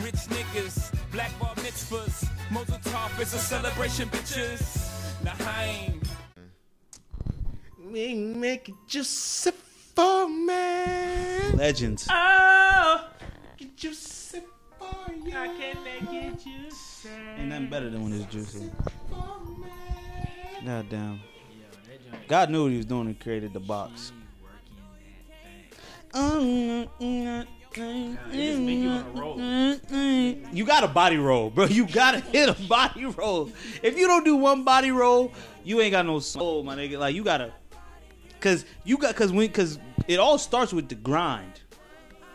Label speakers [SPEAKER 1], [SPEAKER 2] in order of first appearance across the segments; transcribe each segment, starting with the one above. [SPEAKER 1] Rich niggas, black bar mitzvahs. Mozel top is a celebration, bitches. Naheim.
[SPEAKER 2] We make it Joseph for man.
[SPEAKER 3] Legends.
[SPEAKER 4] Oh,
[SPEAKER 2] Joseph for you.
[SPEAKER 4] I can make it you sad.
[SPEAKER 3] Ain't nothing better than when it's juicy.
[SPEAKER 2] For man.
[SPEAKER 3] God damn.
[SPEAKER 4] Yo, that joint
[SPEAKER 3] God knew what he was doing and created the box.
[SPEAKER 4] keep working that thing.
[SPEAKER 3] You got a body roll, bro. You gotta hit a body roll. If you don't do one body roll, you ain't got no soul, my nigga. Like you gotta, cause you got, cause when, cause it all starts with the grind,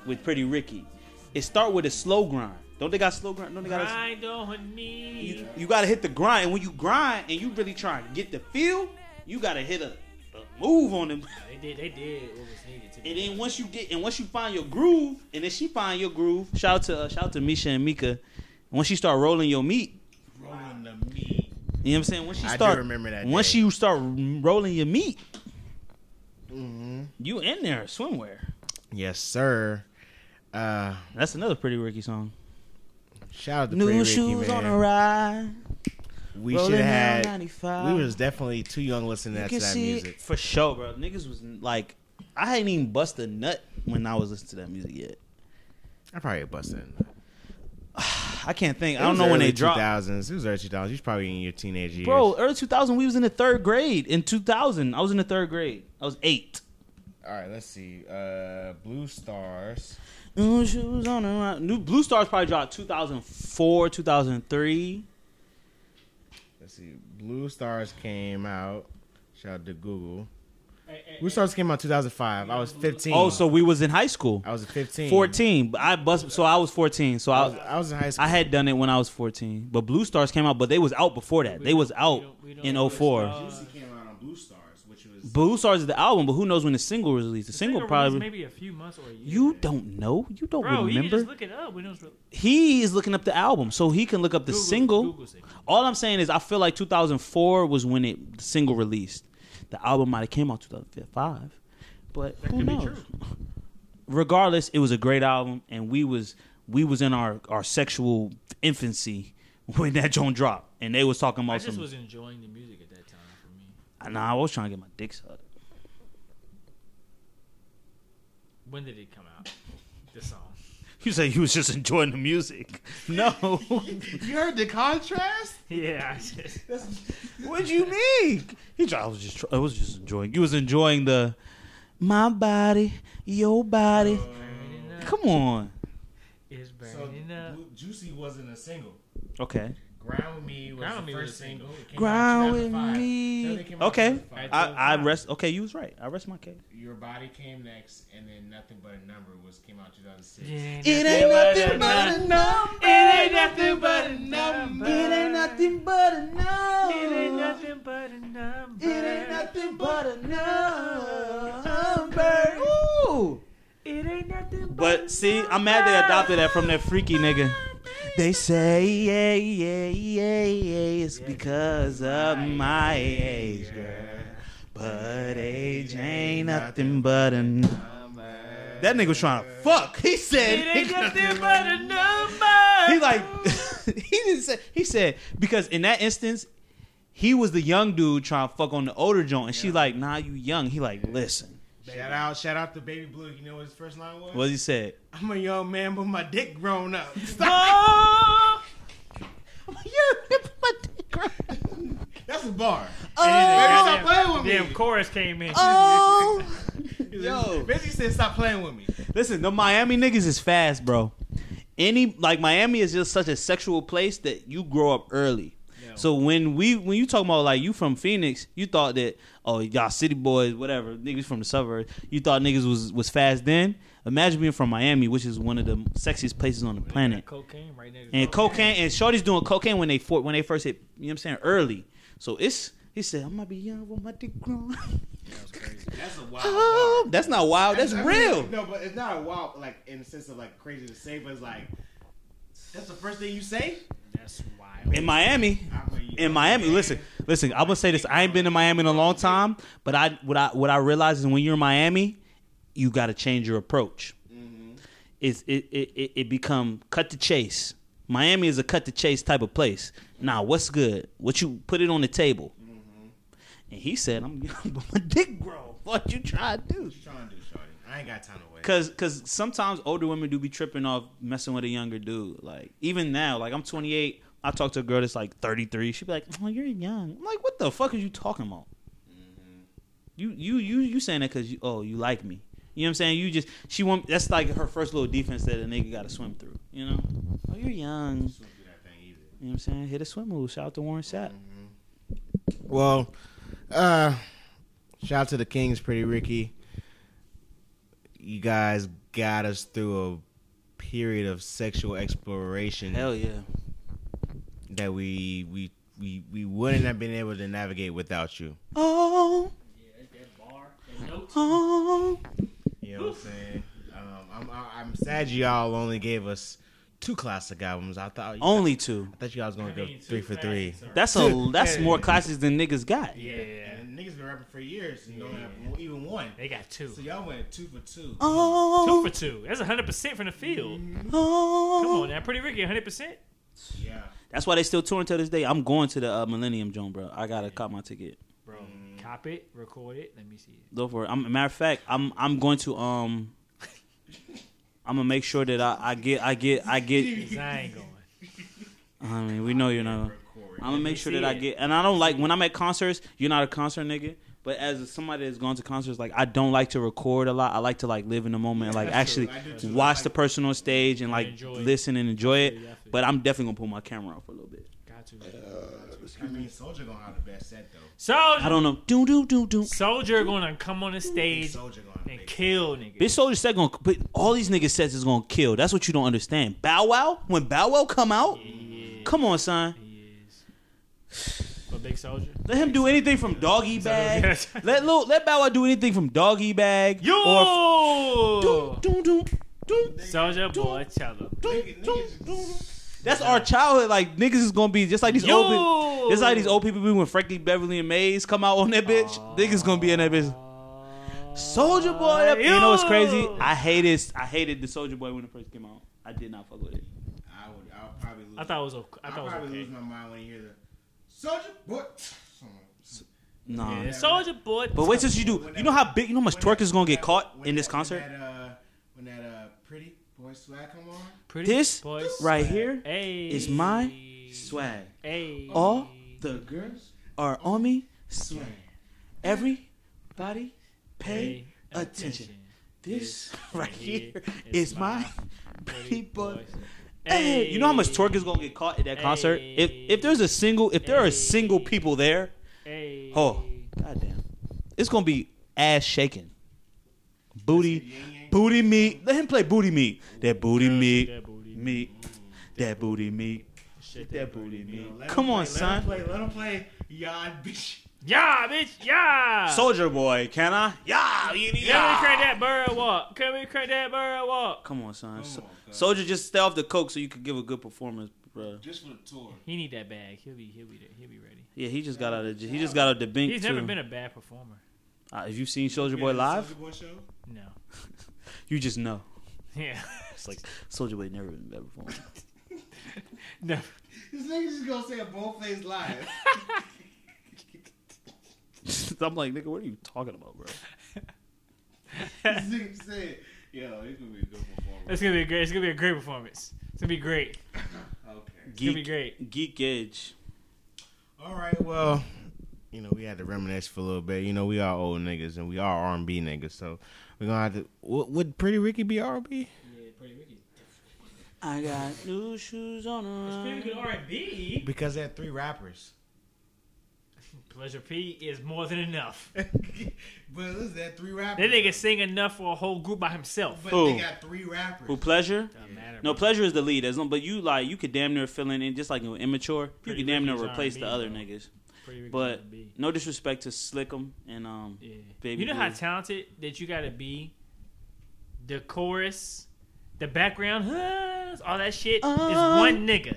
[SPEAKER 3] with Pretty Ricky. It start with a slow grind. Don't they got slow grind? Don't they got? A,
[SPEAKER 4] Grind on me.
[SPEAKER 3] you, you gotta hit the grind, and when you grind and you really trying to get the feel, you gotta hit a, a move on them.
[SPEAKER 4] They did. They did what was needed to
[SPEAKER 3] And
[SPEAKER 4] be.
[SPEAKER 3] then once you get and once you find your groove, and then she find your groove. Shout out to uh, shout out to Misha and Mika. Once you start rolling your meat,
[SPEAKER 2] Rolling the meat.
[SPEAKER 3] you know what I'm saying. Once she
[SPEAKER 2] I do
[SPEAKER 3] start,
[SPEAKER 2] remember that
[SPEAKER 3] Once
[SPEAKER 2] day.
[SPEAKER 3] you start rolling your meat,
[SPEAKER 2] Mm-hmm.
[SPEAKER 3] you in there swimwear.
[SPEAKER 2] Yes, sir. Uh,
[SPEAKER 3] That's another pretty Ricky song.
[SPEAKER 2] shout out to
[SPEAKER 3] New
[SPEAKER 2] Pretty Ricky,
[SPEAKER 3] shoes
[SPEAKER 2] man.
[SPEAKER 3] on the ride.
[SPEAKER 2] we
[SPEAKER 3] rolling
[SPEAKER 2] should
[SPEAKER 3] down
[SPEAKER 2] have had.
[SPEAKER 3] 95.
[SPEAKER 2] We was definitely too young listening
[SPEAKER 3] You
[SPEAKER 2] to
[SPEAKER 3] can
[SPEAKER 2] that
[SPEAKER 3] see
[SPEAKER 2] music.
[SPEAKER 3] for sure, bro. Niggas was like, I hadn't even bust a nut when I was listening to that music yet.
[SPEAKER 2] I probably busted.
[SPEAKER 3] I can't think. I don't know when they dropped.
[SPEAKER 2] Thousands. It was early two thousands. You was probably in your teenage years.
[SPEAKER 3] Bro, uh, early 2000, we was in the third grade. In 2000, I was in the third grade. I was eight.
[SPEAKER 2] All right, let's see. Uh, Blue Stars.
[SPEAKER 3] New shoes on the right. New Blue Stars probably dropped 2004, 2003.
[SPEAKER 2] Let's see. Blue Stars came out. Shout out to Google.
[SPEAKER 4] Hey, hey,
[SPEAKER 2] Blue Stars came out 2005. I was 15.
[SPEAKER 3] Oh, so we was in high school.
[SPEAKER 2] I was 15.
[SPEAKER 3] 14. But I bust, so I was 14. So
[SPEAKER 2] I was,
[SPEAKER 3] I
[SPEAKER 2] I was in high school.
[SPEAKER 3] I had done it when I was 14. But Blue Stars came out, but they was out before that. They was out in 04.
[SPEAKER 2] Juicy came out on Blue Stars, which was
[SPEAKER 3] Blue Stars is the album, but who knows when the single was released? The, single,
[SPEAKER 4] released
[SPEAKER 3] probably
[SPEAKER 4] maybe a few months or a year.
[SPEAKER 3] You
[SPEAKER 4] back.
[SPEAKER 3] don't know. You don't
[SPEAKER 4] Bro, you can
[SPEAKER 3] remember.
[SPEAKER 4] just look it up. When it was re-
[SPEAKER 3] he is looking up the album, so he can look up the
[SPEAKER 4] Google-
[SPEAKER 3] single.
[SPEAKER 4] Google said-
[SPEAKER 3] All I'm saying is I feel like 2004 was when it the single released. The album might have came out 2005, but
[SPEAKER 4] That
[SPEAKER 3] who
[SPEAKER 4] could be
[SPEAKER 3] knows?
[SPEAKER 4] true.
[SPEAKER 3] Regardless, it was a great album, and we was we was in our our sexual infancy when that joint dropped, and they was talking
[SPEAKER 4] I
[SPEAKER 3] about
[SPEAKER 4] just
[SPEAKER 3] some.
[SPEAKER 4] was enjoying the music at that time for me.
[SPEAKER 3] nah, I was trying to get my dick sucked.
[SPEAKER 4] When did it come out? The song.
[SPEAKER 3] You said you was just enjoying the music. No,
[SPEAKER 2] You heard the contrast?
[SPEAKER 4] Yeah, I just,
[SPEAKER 3] What do you mean? He tried, I was just tr- I was just enjoying. You was enjoying the my body, your body.
[SPEAKER 4] burning up.
[SPEAKER 3] Come on.
[SPEAKER 4] It's burning up.
[SPEAKER 2] Juicy wasn't a single.
[SPEAKER 3] Okay.
[SPEAKER 2] Ground with Me was
[SPEAKER 4] Ground
[SPEAKER 2] the
[SPEAKER 4] Me was
[SPEAKER 2] first
[SPEAKER 4] a single.
[SPEAKER 2] single. It came out in
[SPEAKER 3] Ground with
[SPEAKER 2] 2005. Then
[SPEAKER 3] me.
[SPEAKER 2] it came out in
[SPEAKER 3] Okay.
[SPEAKER 2] 2005.
[SPEAKER 3] I, I rest. Okay, you was right. I rest my case.
[SPEAKER 2] Your Body came next, and then Nothing But a Number was came out 2006.
[SPEAKER 3] It ain't nothing but a number.
[SPEAKER 4] It ain't nothing but a number.
[SPEAKER 3] It ain't nothing but a number.
[SPEAKER 4] It ain't nothing but a number.
[SPEAKER 3] It ain't nothing but a number. Ooh.
[SPEAKER 4] It ain't nothing but.
[SPEAKER 3] But see, I'm mad they adopted that from that freaky nigga. They say, yeah, yeah, yeah, yeah, it's because of my age, girl. But age ain't nothing but a. n- That nigga was trying to fuck. He said,
[SPEAKER 4] It ain't nothing but a number.
[SPEAKER 3] he like, he didn't say. He said because in that instance, he was the young dude trying to fuck on the older joint, and she like, nah, you young. He like, listen,
[SPEAKER 2] Shout out, shout out to Baby Blue. You know what his first line was?
[SPEAKER 3] what he said.
[SPEAKER 2] I'm a young man, but my dick grown up.
[SPEAKER 4] Oh,
[SPEAKER 2] That's a bar.
[SPEAKER 4] Oh.
[SPEAKER 2] Baby, stop playing with me. Oh!
[SPEAKER 4] damn chorus came in.
[SPEAKER 3] Oh. Yo.
[SPEAKER 2] Basically said, stop playing with me.
[SPEAKER 3] Listen, the Miami niggas is fast, bro. Any like Miami is just such a sexual place that you grow up early. So when we when you talk about like you from Phoenix, you thought that oh y'all city boys, whatever niggas from the suburbs, you thought niggas was was fast then. Imagine being from Miami, which is one of the sexiest places on the planet,
[SPEAKER 4] Cocaine right next.
[SPEAKER 3] and cocaine and shorty's doing cocaine when they for, when they first hit. You know what I'm saying? Early. So it's he said I'm gonna be young with my dick grown.
[SPEAKER 2] That's a wild
[SPEAKER 3] oh, that's not wild. That's
[SPEAKER 2] I mean,
[SPEAKER 3] real.
[SPEAKER 2] No, but it's not a wild, like, in the sense of, like, crazy to say, but it's like, that's the first thing you say?
[SPEAKER 4] That's wild.
[SPEAKER 3] In Miami,
[SPEAKER 2] I'm a young
[SPEAKER 3] in Miami.
[SPEAKER 2] man.
[SPEAKER 3] Listen, listen. I'm gonna say this. I ain't been to Miami in a long time, but I what I what I realize is when you're in Miami, you got to change your approach. is it it, it it become cut to chase. Miami is a cut to chase type of place. Now, what's good? What you put it on the table? And he said, "I'm, I'm my dick grow. What you try to do?"
[SPEAKER 2] What you trying to do, Shawty? I ain't got time to wait.
[SPEAKER 3] Cause, cause sometimes older women do be tripping off messing with a younger dude. Like even now, like I'm 28, I talk to a girl that's like 33. She be like, "Oh, you're young." I'm like, "What the fuck is you talking about?" Mm-hmm. You, you, you, you saying that because you, oh, you like me. You know what I'm saying? You just she want that's like her first little defense that a nigga got to swim through. You know? Oh, you're young.
[SPEAKER 2] Swim through that thing either.
[SPEAKER 3] You know what I'm saying? Hit a swim move. Shout out to Warren Sapp.
[SPEAKER 5] Well, uh, shout out to the Kings, Pretty Ricky. You guys got us through a period of sexual exploration
[SPEAKER 3] Hell yeah.
[SPEAKER 5] that we we we we wouldn't have been able to navigate without you.
[SPEAKER 3] Oh,
[SPEAKER 4] Yeah, that bar, that note.
[SPEAKER 3] oh.
[SPEAKER 5] You know what I'm saying? Um, I'm I- I'm sad y'all only gave us two classic albums. I thought
[SPEAKER 3] Only two.
[SPEAKER 5] I thought y'all was gonna
[SPEAKER 4] I
[SPEAKER 5] go
[SPEAKER 4] mean,
[SPEAKER 5] three
[SPEAKER 4] two
[SPEAKER 5] for
[SPEAKER 4] facts
[SPEAKER 5] three.
[SPEAKER 4] are-
[SPEAKER 3] That's a that's more classes than niggas got.
[SPEAKER 4] yeah,
[SPEAKER 2] And niggas been rapping for years and don't
[SPEAKER 4] Yeah.
[SPEAKER 2] have w- even one.
[SPEAKER 4] they got two.
[SPEAKER 2] So y'all went two for two.
[SPEAKER 3] Oh,
[SPEAKER 4] Two for two. That's hundred percent from the field. Come
[SPEAKER 3] Oh.
[SPEAKER 4] on, now, pretty Ricky, hundred percent.
[SPEAKER 2] Yeah.
[SPEAKER 3] That's why they still touring to this day. I'm going to the uh, Millennium Joint, bro. I gotta cop my ticket.
[SPEAKER 4] Bro, cop it, record it. Let me see it.
[SPEAKER 3] Go for it. I'm, matter of fact, I'm I'm going to um. I'm gonna make sure that I, I get I get I get.
[SPEAKER 4] 'Cause I ain't going.
[SPEAKER 3] I mean, we know you know. Uh, I'm gonna make sure that I get. And I don't like when I'm at concerts. You're not a concert nigga, but as somebody that's gone to concerts, like I don't like to record a lot. I like to like live in the moment and like
[SPEAKER 4] That's true.
[SPEAKER 3] actually
[SPEAKER 2] I do too.
[SPEAKER 3] watch
[SPEAKER 2] I
[SPEAKER 3] the person on stage and like
[SPEAKER 4] enjoy it.
[SPEAKER 3] listen and enjoy it.
[SPEAKER 4] Yeah, I feel
[SPEAKER 3] But I'm definitely gonna pull my camera off for a little bit.
[SPEAKER 4] Got to.
[SPEAKER 2] I mean, Soldier gonna have the best set though.
[SPEAKER 3] I
[SPEAKER 4] Soldier,
[SPEAKER 3] don't know. Do do do do.
[SPEAKER 4] Soldier gonna come on the stage
[SPEAKER 2] Soldier gonna have the
[SPEAKER 4] and
[SPEAKER 2] best.
[SPEAKER 4] kill niggas.
[SPEAKER 3] Bitch Soldier said gonna but all these niggas says is gonna kill. That's what you don't understand. Bow Wow? When Bow Wow come out?
[SPEAKER 4] Yeah,
[SPEAKER 3] Come on, son.
[SPEAKER 4] he is. But Big Soldier.
[SPEAKER 3] Let him do anything from doggy bag.
[SPEAKER 4] Yes.
[SPEAKER 3] let Lil, let Bow Wow do anything from doggy bag. Or
[SPEAKER 4] Yo,
[SPEAKER 3] doom, doom, doom.
[SPEAKER 4] Soldier boy, tell him.
[SPEAKER 2] Niggas, niggas just-
[SPEAKER 3] That's our childhood. Like niggas is gonna be just like these old people.
[SPEAKER 4] Yo.
[SPEAKER 3] Just like these old people be when Frankie Beverly and Mays come out on that bitch. Niggas gonna be in that bitch. Soldier Boy, that- you know what's crazy?
[SPEAKER 4] Yo.
[SPEAKER 3] I hated I hated the Soldier Boy when it first came out. I did not fuck with it.
[SPEAKER 2] I would. I would probably lose.
[SPEAKER 4] I thought it was okay. I
[SPEAKER 2] I'd
[SPEAKER 4] thought it was
[SPEAKER 2] probably
[SPEAKER 4] okay.
[SPEAKER 2] lose my mind when you hear the Soldier Boy.
[SPEAKER 3] Nah.
[SPEAKER 4] Yeah, Soldier boy.
[SPEAKER 3] But wait till you do. You know how big, you know how much twerk is gonna get caught
[SPEAKER 2] When
[SPEAKER 3] in this
[SPEAKER 2] that-
[SPEAKER 3] concert?
[SPEAKER 2] When that, uh, when that uh, pretty boy swag come on.
[SPEAKER 4] Pretty
[SPEAKER 3] This
[SPEAKER 4] boy
[SPEAKER 3] right
[SPEAKER 4] swag.
[SPEAKER 3] here
[SPEAKER 4] Hey.
[SPEAKER 3] is my swag.
[SPEAKER 4] Hey.
[SPEAKER 3] All the girls
[SPEAKER 2] Girls.
[SPEAKER 3] are on me swag. Everybody pay attention. This right here is my pretty boy. Hey, you know how much twerk is gonna get caught at that concert? If if there's a single, if there are single people there,
[SPEAKER 4] Hey.
[SPEAKER 3] oh goddamn, it's gonna be ass shaking, booty, booty meat. Let him play booty meat. That booty meat,
[SPEAKER 4] that booty
[SPEAKER 3] meat, that booty meat,
[SPEAKER 4] Shit,
[SPEAKER 3] that
[SPEAKER 4] that-
[SPEAKER 3] booty
[SPEAKER 2] You know,
[SPEAKER 3] meat.
[SPEAKER 2] let 'em
[SPEAKER 3] Come
[SPEAKER 2] play,
[SPEAKER 3] on,
[SPEAKER 2] Let him
[SPEAKER 3] son.
[SPEAKER 2] play. Let him play. Yod bitch.
[SPEAKER 4] Yeah, bitch. Yeah.
[SPEAKER 3] Soldier boy, can I? Yeah, you need
[SPEAKER 4] Can we crack that bird walk? Can we crack that bird walk?
[SPEAKER 3] Come on, son. So-
[SPEAKER 2] on, son.
[SPEAKER 3] Soldier, just stay off the coke so you can give a good performance, bro.
[SPEAKER 2] Just for the tour.
[SPEAKER 4] He need that bag. He'll be. He'll be. There. He'll be ready.
[SPEAKER 3] Yeah, he just got out of j- he just got out of the bink
[SPEAKER 4] He's
[SPEAKER 3] too.
[SPEAKER 4] never been a bad performer.
[SPEAKER 3] uh, if you've seen Soldier Boy live,
[SPEAKER 2] Soldier Boy show.
[SPEAKER 4] No.
[SPEAKER 3] you just know.
[SPEAKER 4] Yeah.
[SPEAKER 3] It's like Soldier Boy never been better performer.
[SPEAKER 4] no.
[SPEAKER 2] This nigga just gonna say a boldface lie.
[SPEAKER 3] I'm like, nigga, what are you talking about, bro?
[SPEAKER 2] this nigga said, "Yo, this gonna be a good performance."
[SPEAKER 4] It's gonna be a great. It's gonna be a great performance. It's gonna be great.
[SPEAKER 2] Okay.
[SPEAKER 3] Geek,
[SPEAKER 4] be great.
[SPEAKER 3] Geek Edge.
[SPEAKER 5] All right, well, you know we had to reminisce for a little bit. You know we are old niggas and we are R and B niggas, so we're gonna have to. Would, would Pretty Ricky be R and B?
[SPEAKER 4] Yeah, pretty wicked.
[SPEAKER 3] I got new shoes on.
[SPEAKER 4] Pretty good R and B.
[SPEAKER 5] Because they had three rappers.
[SPEAKER 4] Pleasure P is more than enough.
[SPEAKER 2] but listen, that three rappers.
[SPEAKER 4] That nigga sing enough for a whole group by himself.
[SPEAKER 2] But
[SPEAKER 3] Who?
[SPEAKER 2] they got three rappers.
[SPEAKER 3] Who pleasure?
[SPEAKER 4] Doesn't matter,
[SPEAKER 3] No,
[SPEAKER 4] bro.
[SPEAKER 3] pleasure is the lead. As long, but you like, you could damn near fill in and just like you know, immature. You
[SPEAKER 4] Pretty
[SPEAKER 3] could damn near
[SPEAKER 4] Ricky's
[SPEAKER 3] replace the
[SPEAKER 4] R&B,
[SPEAKER 3] other
[SPEAKER 4] bro.
[SPEAKER 3] niggas.
[SPEAKER 4] Pretty Ricky's
[SPEAKER 3] But
[SPEAKER 4] R&B.
[SPEAKER 3] no disrespect to Slickum and um,
[SPEAKER 4] Yeah.
[SPEAKER 3] Baby
[SPEAKER 4] you know how
[SPEAKER 3] Blue.
[SPEAKER 4] talented that you gotta be. The chorus, the background, "Huh," all that shit is
[SPEAKER 3] Uh.
[SPEAKER 4] one nigga.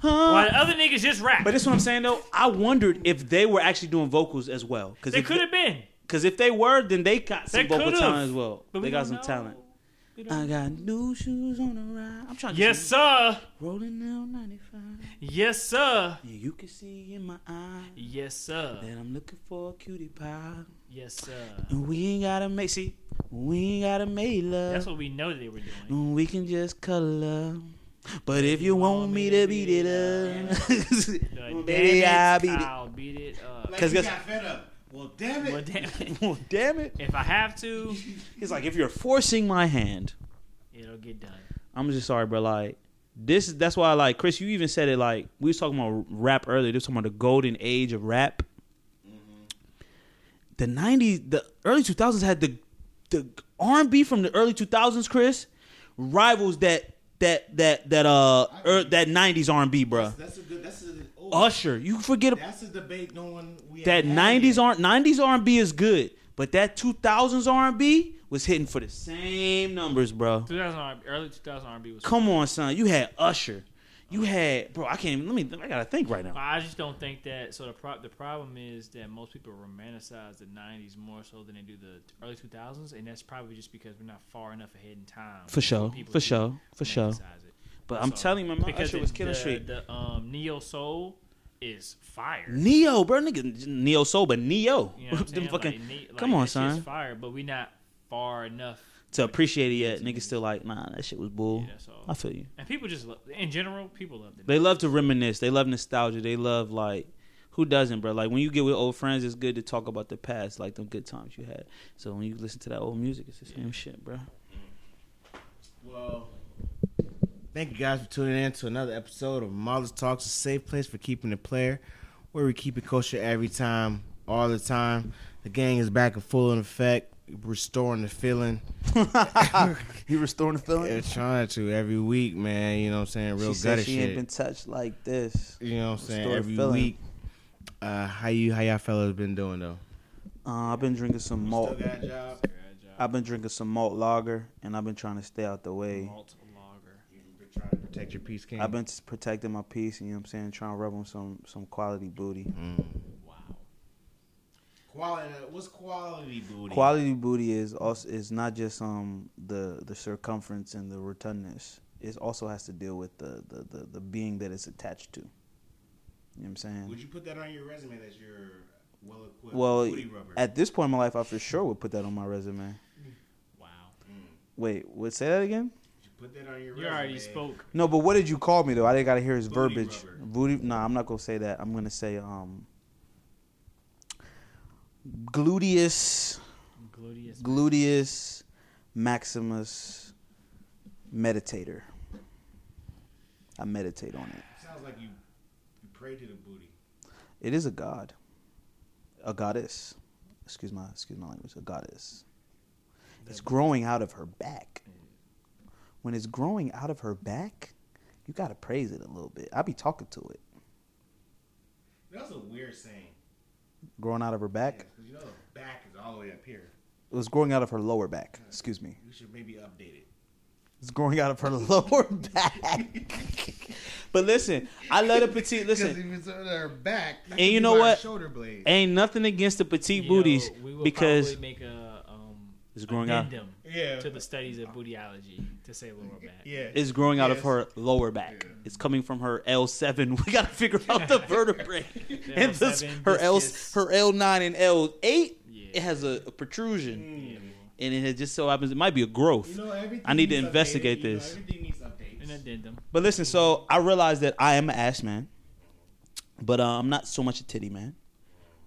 [SPEAKER 4] While the other niggas just rap.
[SPEAKER 3] But that's what I'm saying though. I wondered if they were actually doing vocals as well. Because
[SPEAKER 4] they could have been.
[SPEAKER 3] Because if they were, then they got some
[SPEAKER 4] They
[SPEAKER 3] vocal
[SPEAKER 4] could've.
[SPEAKER 3] talent as well.
[SPEAKER 4] But
[SPEAKER 3] they
[SPEAKER 4] we
[SPEAKER 3] got
[SPEAKER 4] don't
[SPEAKER 3] some
[SPEAKER 4] know.
[SPEAKER 3] talent.
[SPEAKER 4] You know?
[SPEAKER 3] I got new shoes on the ride. I'm trying to
[SPEAKER 4] Yes, sir.
[SPEAKER 3] rolling down 95.
[SPEAKER 4] Yes, sir.
[SPEAKER 3] And you can see in my eye
[SPEAKER 4] Yes, sir.
[SPEAKER 3] that I'm looking for a cutie pie.
[SPEAKER 4] Yes, sir.
[SPEAKER 3] And we ain't gotta make see, we ain't gotta make love.
[SPEAKER 4] That's what we know they were doing.
[SPEAKER 3] And we can just color. But if you want me to beat it up,
[SPEAKER 4] The
[SPEAKER 3] baby, I
[SPEAKER 4] damn
[SPEAKER 3] beat it.
[SPEAKER 4] I'll beat it up.
[SPEAKER 3] 'Cause
[SPEAKER 2] Like, Cause
[SPEAKER 3] guess-
[SPEAKER 2] got fed up. Well, damn it.
[SPEAKER 4] Well, damn it.
[SPEAKER 3] Well, damn it!
[SPEAKER 4] If I have to,
[SPEAKER 3] He's like, if you're forcing my hand,
[SPEAKER 4] it'll get done.
[SPEAKER 3] I'm just sorry, bro. Like this, that's why. Like Chris, you even said it. Like we was talking about rap earlier. They was talking about the golden age of rap. The '90s, the early 2000s had the the R&B from the early 2000s, Chris, rivals that that that that uh er, that '90s R&B, bro.
[SPEAKER 2] That's a good. That's a. Oh,
[SPEAKER 3] Usher, you forget
[SPEAKER 2] That's a debate. No one. We
[SPEAKER 3] that
[SPEAKER 2] haven't had
[SPEAKER 3] '90s
[SPEAKER 2] yet.
[SPEAKER 3] R '90s R&B is good, but that 2000s R&B was hitting for the same numbers, bro.
[SPEAKER 4] 2000 R&B, early 2000 R&B was.
[SPEAKER 3] Come on, son. You had Usher. You had bro. I can't. Even, let me. I gotta think right now.
[SPEAKER 4] I just don't think that. So the pro- the problem is that most people romanticize the '90s more so than they do the early 2000s, and that's probably just because we're not far enough ahead in time.
[SPEAKER 3] For sure.
[SPEAKER 4] people
[SPEAKER 3] For
[SPEAKER 4] to
[SPEAKER 3] sure. For sure.
[SPEAKER 4] romanticize it.
[SPEAKER 3] But I'm
[SPEAKER 4] So-
[SPEAKER 3] telling you, my
[SPEAKER 4] because
[SPEAKER 3] Usher
[SPEAKER 4] the-
[SPEAKER 3] was killing
[SPEAKER 4] the,
[SPEAKER 3] street.
[SPEAKER 4] The um, neo soul is fire.
[SPEAKER 3] Neo, bro, nigga, Neo soul, but Neo.
[SPEAKER 4] You know what I'm
[SPEAKER 3] Them
[SPEAKER 4] saying?
[SPEAKER 3] fucking
[SPEAKER 4] Like, ne- like,
[SPEAKER 3] come on,
[SPEAKER 4] that shit's
[SPEAKER 3] son.
[SPEAKER 4] Fire, but we not far enough.
[SPEAKER 3] to appreciate it yet. Niggas still like, nah, that shit was bull.
[SPEAKER 4] Yeah, that's all.
[SPEAKER 3] I feel you.
[SPEAKER 4] And people just love, in general, people love it.
[SPEAKER 3] They love to reminisce. They love nostalgia. They love like. Who doesn't, bro? Like when you get with old friends, it's good to talk about the past, like them good times you had. So when you listen to that old music, it's the same shit, bro.
[SPEAKER 2] Well,
[SPEAKER 5] Thank you guys for tuning in to another episode of Mother's Talks, a safe place for keeping it player, where we keep it kosher every time, all the time. The gang is back in full in effect, restoring the feeling.
[SPEAKER 3] you restoring the feeling?
[SPEAKER 5] They're trying to every week, man. You know what I'm saying? Real
[SPEAKER 3] she
[SPEAKER 5] gutter
[SPEAKER 3] said she
[SPEAKER 5] shit.
[SPEAKER 3] ain't been touched like this.
[SPEAKER 5] you know what I'm saying?
[SPEAKER 3] Restore
[SPEAKER 5] Every
[SPEAKER 3] feeling.
[SPEAKER 5] week. Uh, how you how y'all fellas been doing though?
[SPEAKER 3] Uh, I've been drinking some
[SPEAKER 2] still
[SPEAKER 3] malt.
[SPEAKER 2] got a job.
[SPEAKER 3] I've been drinking some malt lager, and I've been trying to stay out the way.
[SPEAKER 4] Malt lager.
[SPEAKER 2] We're trying to
[SPEAKER 5] Protect your peace, king.
[SPEAKER 3] I've been just protecting my peace, you know what I'm saying? Trying to rub on some some quality booty.
[SPEAKER 5] Mm.
[SPEAKER 4] Wow.
[SPEAKER 2] Quality. What's quality booty?
[SPEAKER 3] Quality booty is also is not just um the the circumference and the rotundness. It also has to deal with the the the, the being that it's attached to. You know what I'm saying?
[SPEAKER 2] Would you put that on your resume that you're well equipped?
[SPEAKER 3] Well,
[SPEAKER 2] booty rubber.
[SPEAKER 3] at this point in my life, I for sure would put that on my resume.
[SPEAKER 4] Wow.
[SPEAKER 3] Wait, what? Say that again?
[SPEAKER 2] Would you put that on your
[SPEAKER 4] You
[SPEAKER 2] resume.
[SPEAKER 4] already spoke.
[SPEAKER 3] No, but what did you call me though? I didn't gotta hear his
[SPEAKER 2] Booty
[SPEAKER 3] verbiage.
[SPEAKER 2] rubber.
[SPEAKER 3] Booty. Nah, I'm not gonna say that. I'm gonna say um. Gluteus,
[SPEAKER 4] Gluteus.
[SPEAKER 3] gluteus, maximus, meditator. I meditate on it.
[SPEAKER 2] Sounds like you, you pray to the booty.
[SPEAKER 3] It is a god, a goddess. Excuse my excuse my language. A goddess. It's growing out of her back. When it's growing out of her back, you gotta praise it a little bit. I be talking to it.
[SPEAKER 2] That's a weird saying.
[SPEAKER 3] Growing out of her back.
[SPEAKER 2] Because you know the back is all the way up here.
[SPEAKER 3] It was growing out of her lower back. Excuse me.
[SPEAKER 2] You should maybe update it.
[SPEAKER 3] It's growing out of her lower back. but listen, I love the petite.
[SPEAKER 2] Because
[SPEAKER 3] Listen,
[SPEAKER 2] if it's on her back, that
[SPEAKER 3] And you
[SPEAKER 2] could be
[SPEAKER 3] know
[SPEAKER 2] by her
[SPEAKER 3] what?
[SPEAKER 2] Shoulder blade.
[SPEAKER 3] ain't nothing against the petite
[SPEAKER 4] You know,
[SPEAKER 3] booties
[SPEAKER 4] we will
[SPEAKER 3] because
[SPEAKER 4] probably make a um,
[SPEAKER 3] It's growing out.
[SPEAKER 4] addendum
[SPEAKER 2] Yeah.
[SPEAKER 4] to the studies of bootyology to say lower back.
[SPEAKER 2] yeah.
[SPEAKER 3] it's growing out of
[SPEAKER 2] Yes.
[SPEAKER 3] her lower back.
[SPEAKER 2] Yeah.
[SPEAKER 3] It's coming from her L seven. We gotta figure out the vertebrae and this,
[SPEAKER 4] L7
[SPEAKER 3] her L
[SPEAKER 4] discus.
[SPEAKER 3] her L nine and L eight.
[SPEAKER 4] Yeah.
[SPEAKER 3] It has a, a protrusion,
[SPEAKER 2] Mm.
[SPEAKER 3] and it has just so happens it might be a growth.
[SPEAKER 2] You know, everything
[SPEAKER 3] I need to
[SPEAKER 2] needs
[SPEAKER 3] investigate
[SPEAKER 2] updated. You know,
[SPEAKER 3] this.
[SPEAKER 2] everything needs updates.
[SPEAKER 4] An addendum.
[SPEAKER 3] But listen, so I realized that I am an ass man, but uh, I'm not so much a titty man.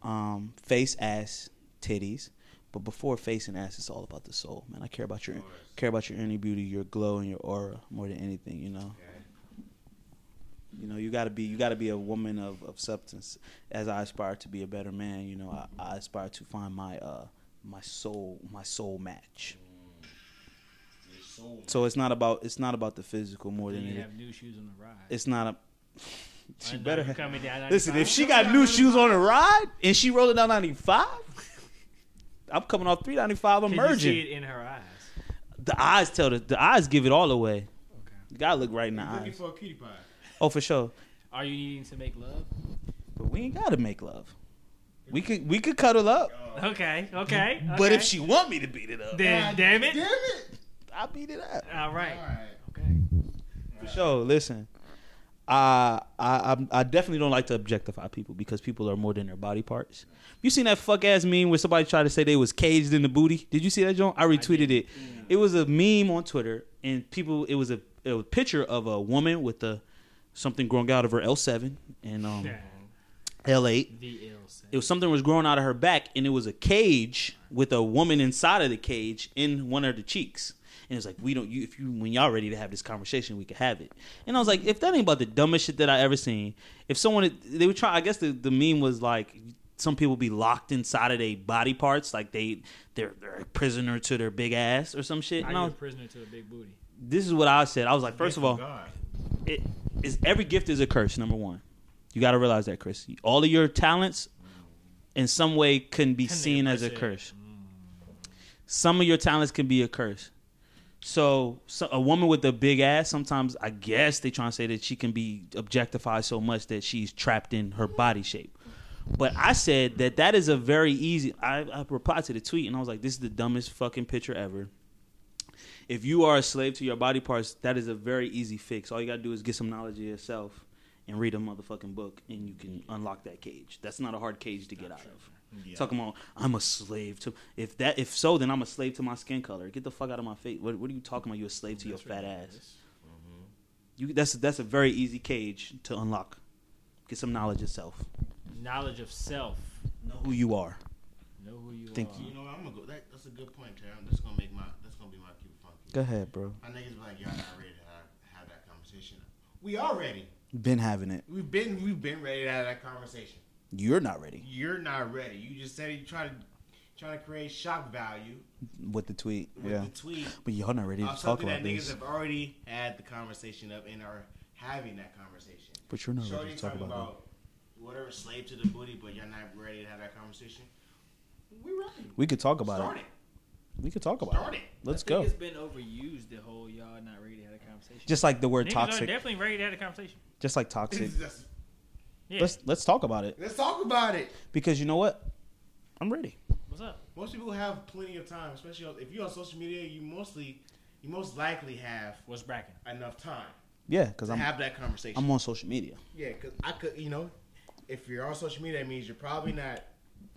[SPEAKER 3] Um, face, ass, titties. But before face and ass, it's all about the soul, man. I care about your care about your inner beauty, your glow, and your aura more than anything. You know, you know, you gotta be you gotta be a woman of, of substance. As I aspire to be a better man, you know, I, I aspire to find my uh my soul my soul match.
[SPEAKER 2] Your soul.
[SPEAKER 3] So it's not about it's not about the physical more than
[SPEAKER 4] You
[SPEAKER 3] it,
[SPEAKER 4] have new shoes on the ride.
[SPEAKER 3] it's not a.
[SPEAKER 4] I
[SPEAKER 3] She
[SPEAKER 4] know
[SPEAKER 3] better
[SPEAKER 4] you're
[SPEAKER 3] have.
[SPEAKER 4] coming down.
[SPEAKER 3] Listen, if
[SPEAKER 4] 95.
[SPEAKER 3] she got new shoes on the ride and she rolling down 95, I'm coming off 395. I'm
[SPEAKER 4] Can You
[SPEAKER 3] merging.
[SPEAKER 4] see it in her eyes.
[SPEAKER 3] The eyes tell the the eyes give it all away.
[SPEAKER 4] Okay.
[SPEAKER 3] You gotta look right in the
[SPEAKER 2] You're looking
[SPEAKER 3] eyes.
[SPEAKER 2] for a cutie pie.
[SPEAKER 3] Oh, for sure.
[SPEAKER 4] Are you needing to make love?
[SPEAKER 3] But we ain't gotta make love. We could we could cuddle up.
[SPEAKER 4] Okay, okay.
[SPEAKER 3] But if
[SPEAKER 4] okay.
[SPEAKER 3] she want me to beat it up,
[SPEAKER 4] then damn it,
[SPEAKER 2] Damn it!
[SPEAKER 3] I beat it up.
[SPEAKER 4] All right.
[SPEAKER 5] All right.
[SPEAKER 4] Okay.
[SPEAKER 3] For sure. Listen, I I I'm- I definitely don't like to objectify people because people are more than their body parts. You seen that fuck ass meme where somebody tried to say they was caged in the booty? Did you see that, John? I retweeted it. It was a meme on Twitter, and people. It was a, it was a picture of a woman with a something growing out of her L seven and um L eight.
[SPEAKER 4] The ill set.
[SPEAKER 3] It was something was growing out of her back, and it was a cage with a woman inside of the cage in one of the cheeks. And it's like we don't. You, if you when y'all ready to have this conversation, we could have it. And I was like, if that ain't about the dumbest shit that I ever seen. If someone had- they would try, I guess the, the meme was like some people be locked inside of their body parts, like they they're, they're a prisoner to their big ass or some shit.
[SPEAKER 4] I
[SPEAKER 3] And
[SPEAKER 4] give
[SPEAKER 3] I
[SPEAKER 4] a
[SPEAKER 3] was,
[SPEAKER 4] prisoner to a big booty.
[SPEAKER 3] this is what I said. I was like, first of all, it is every gift is a curse. Number one, you got to realize that, Chris. All of your talents, in some way, can be
[SPEAKER 4] Can they
[SPEAKER 3] seen as a
[SPEAKER 4] appreciate it?
[SPEAKER 3] curse. Some of your talents can be a curse. So, so a woman with a big ass, sometimes I guess they trying to say that she can be objectified so much that she's trapped in her body shape. But I said that that is a very easy. I, I replied to the tweet and I was like, "This is the dumbest fucking picture ever." if you are a slave to your body parts, that is a very easy fix. All you gotta do is get some knowledge of yourself and read a motherfucking book, and you can unlock that cage. That's not a hard cage to get out of. Talking about I'm a slave to if that if so then I'm a slave to my skin color. Get the fuck out of my face. What, what are you talking about? You're a slave to your fat ass. You that's that's a very easy cage to unlock. Get some knowledge of self.
[SPEAKER 4] Knowledge of self.
[SPEAKER 3] Know who you are.
[SPEAKER 4] Know who you
[SPEAKER 3] Thank
[SPEAKER 4] are.
[SPEAKER 3] you.
[SPEAKER 2] You know what? I'm gonna go. That, that's a good point, Terry. I'm just gonna make my. That's gonna be my cue funky.
[SPEAKER 3] Go ahead, bro.
[SPEAKER 2] My niggas be like, y'all not ready to have, have that conversation. We are ready.
[SPEAKER 3] Been having it.
[SPEAKER 2] We've been we've been ready to have that conversation.
[SPEAKER 3] You're not ready
[SPEAKER 2] You're not ready. You just said you try to trying to create shock value
[SPEAKER 3] with the tweet.
[SPEAKER 2] with the tweet
[SPEAKER 3] But y'all not ready
[SPEAKER 2] of something that niggas have already had the conversation of and are having that conversation.
[SPEAKER 3] But you're not
[SPEAKER 2] Shorty
[SPEAKER 3] ready to talk
[SPEAKER 2] talking
[SPEAKER 3] about,
[SPEAKER 2] about whatever slave to the booty, but you're not ready to have that conversation. We ready.
[SPEAKER 3] it. We could talk about it.
[SPEAKER 2] Start it.
[SPEAKER 3] We could talk about
[SPEAKER 2] Start
[SPEAKER 3] it.
[SPEAKER 2] it.
[SPEAKER 3] Let's
[SPEAKER 4] I think
[SPEAKER 3] go.
[SPEAKER 4] It's been overused. The whole y'all not ready to have a conversation.
[SPEAKER 3] Just like the word
[SPEAKER 4] Niggas are
[SPEAKER 3] toxic.
[SPEAKER 4] definitely ready to have a conversation.
[SPEAKER 3] Just like toxic.
[SPEAKER 2] Let's,
[SPEAKER 4] Yeah.
[SPEAKER 3] Let's let's talk about it
[SPEAKER 2] let's talk about it.
[SPEAKER 3] because you know what? I'm ready.
[SPEAKER 4] What's up?
[SPEAKER 2] Most people have plenty of time, especially on- if you're on social media. You mostly, you most likely have
[SPEAKER 4] What's bracking?
[SPEAKER 2] enough time
[SPEAKER 3] Yeah, because
[SPEAKER 2] to
[SPEAKER 3] I'm
[SPEAKER 2] have that conversation.
[SPEAKER 3] I'm on social media.
[SPEAKER 2] Yeah, because I could, you know, if you're on social media, that means you're probably not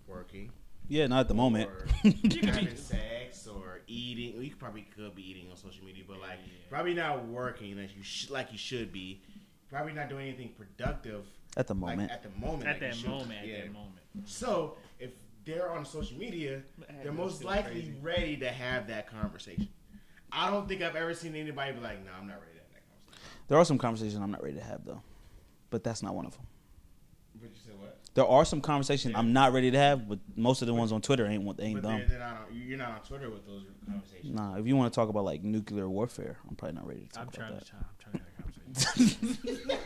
[SPEAKER 2] working.
[SPEAKER 3] Yeah, not at the moment.
[SPEAKER 2] Or having sex or eating. Well, you probably could be eating on social media, but like probably not working like you sh- like you should be. Probably not doing anything productive
[SPEAKER 3] At the
[SPEAKER 2] like,
[SPEAKER 3] moment.
[SPEAKER 2] at the moment.
[SPEAKER 4] At
[SPEAKER 2] like you
[SPEAKER 4] that
[SPEAKER 2] should.
[SPEAKER 4] moment.
[SPEAKER 2] Yeah.
[SPEAKER 4] At that moment.
[SPEAKER 2] So if they're on social media, they're
[SPEAKER 4] that's
[SPEAKER 2] most
[SPEAKER 4] still
[SPEAKER 2] likely
[SPEAKER 4] crazy.
[SPEAKER 2] ready to have that conversation. I don't think I've ever seen anybody be like, "No, I'm not ready to have that conversation."
[SPEAKER 3] There are some conversations I'm not ready to have though, but that's not one of them.
[SPEAKER 2] But you said what?
[SPEAKER 3] There are some conversations I'm not ready to have, but most of the ones on Twitter ain't what they ain't
[SPEAKER 2] But
[SPEAKER 3] dumb.
[SPEAKER 2] they're, they're not on, you're not on Twitter with those conversations.
[SPEAKER 3] Nah, if you want to talk about like nuclear warfare, I'm probably not ready to talk
[SPEAKER 4] I'm trying
[SPEAKER 3] about
[SPEAKER 4] to. I'm trying to have a conversation.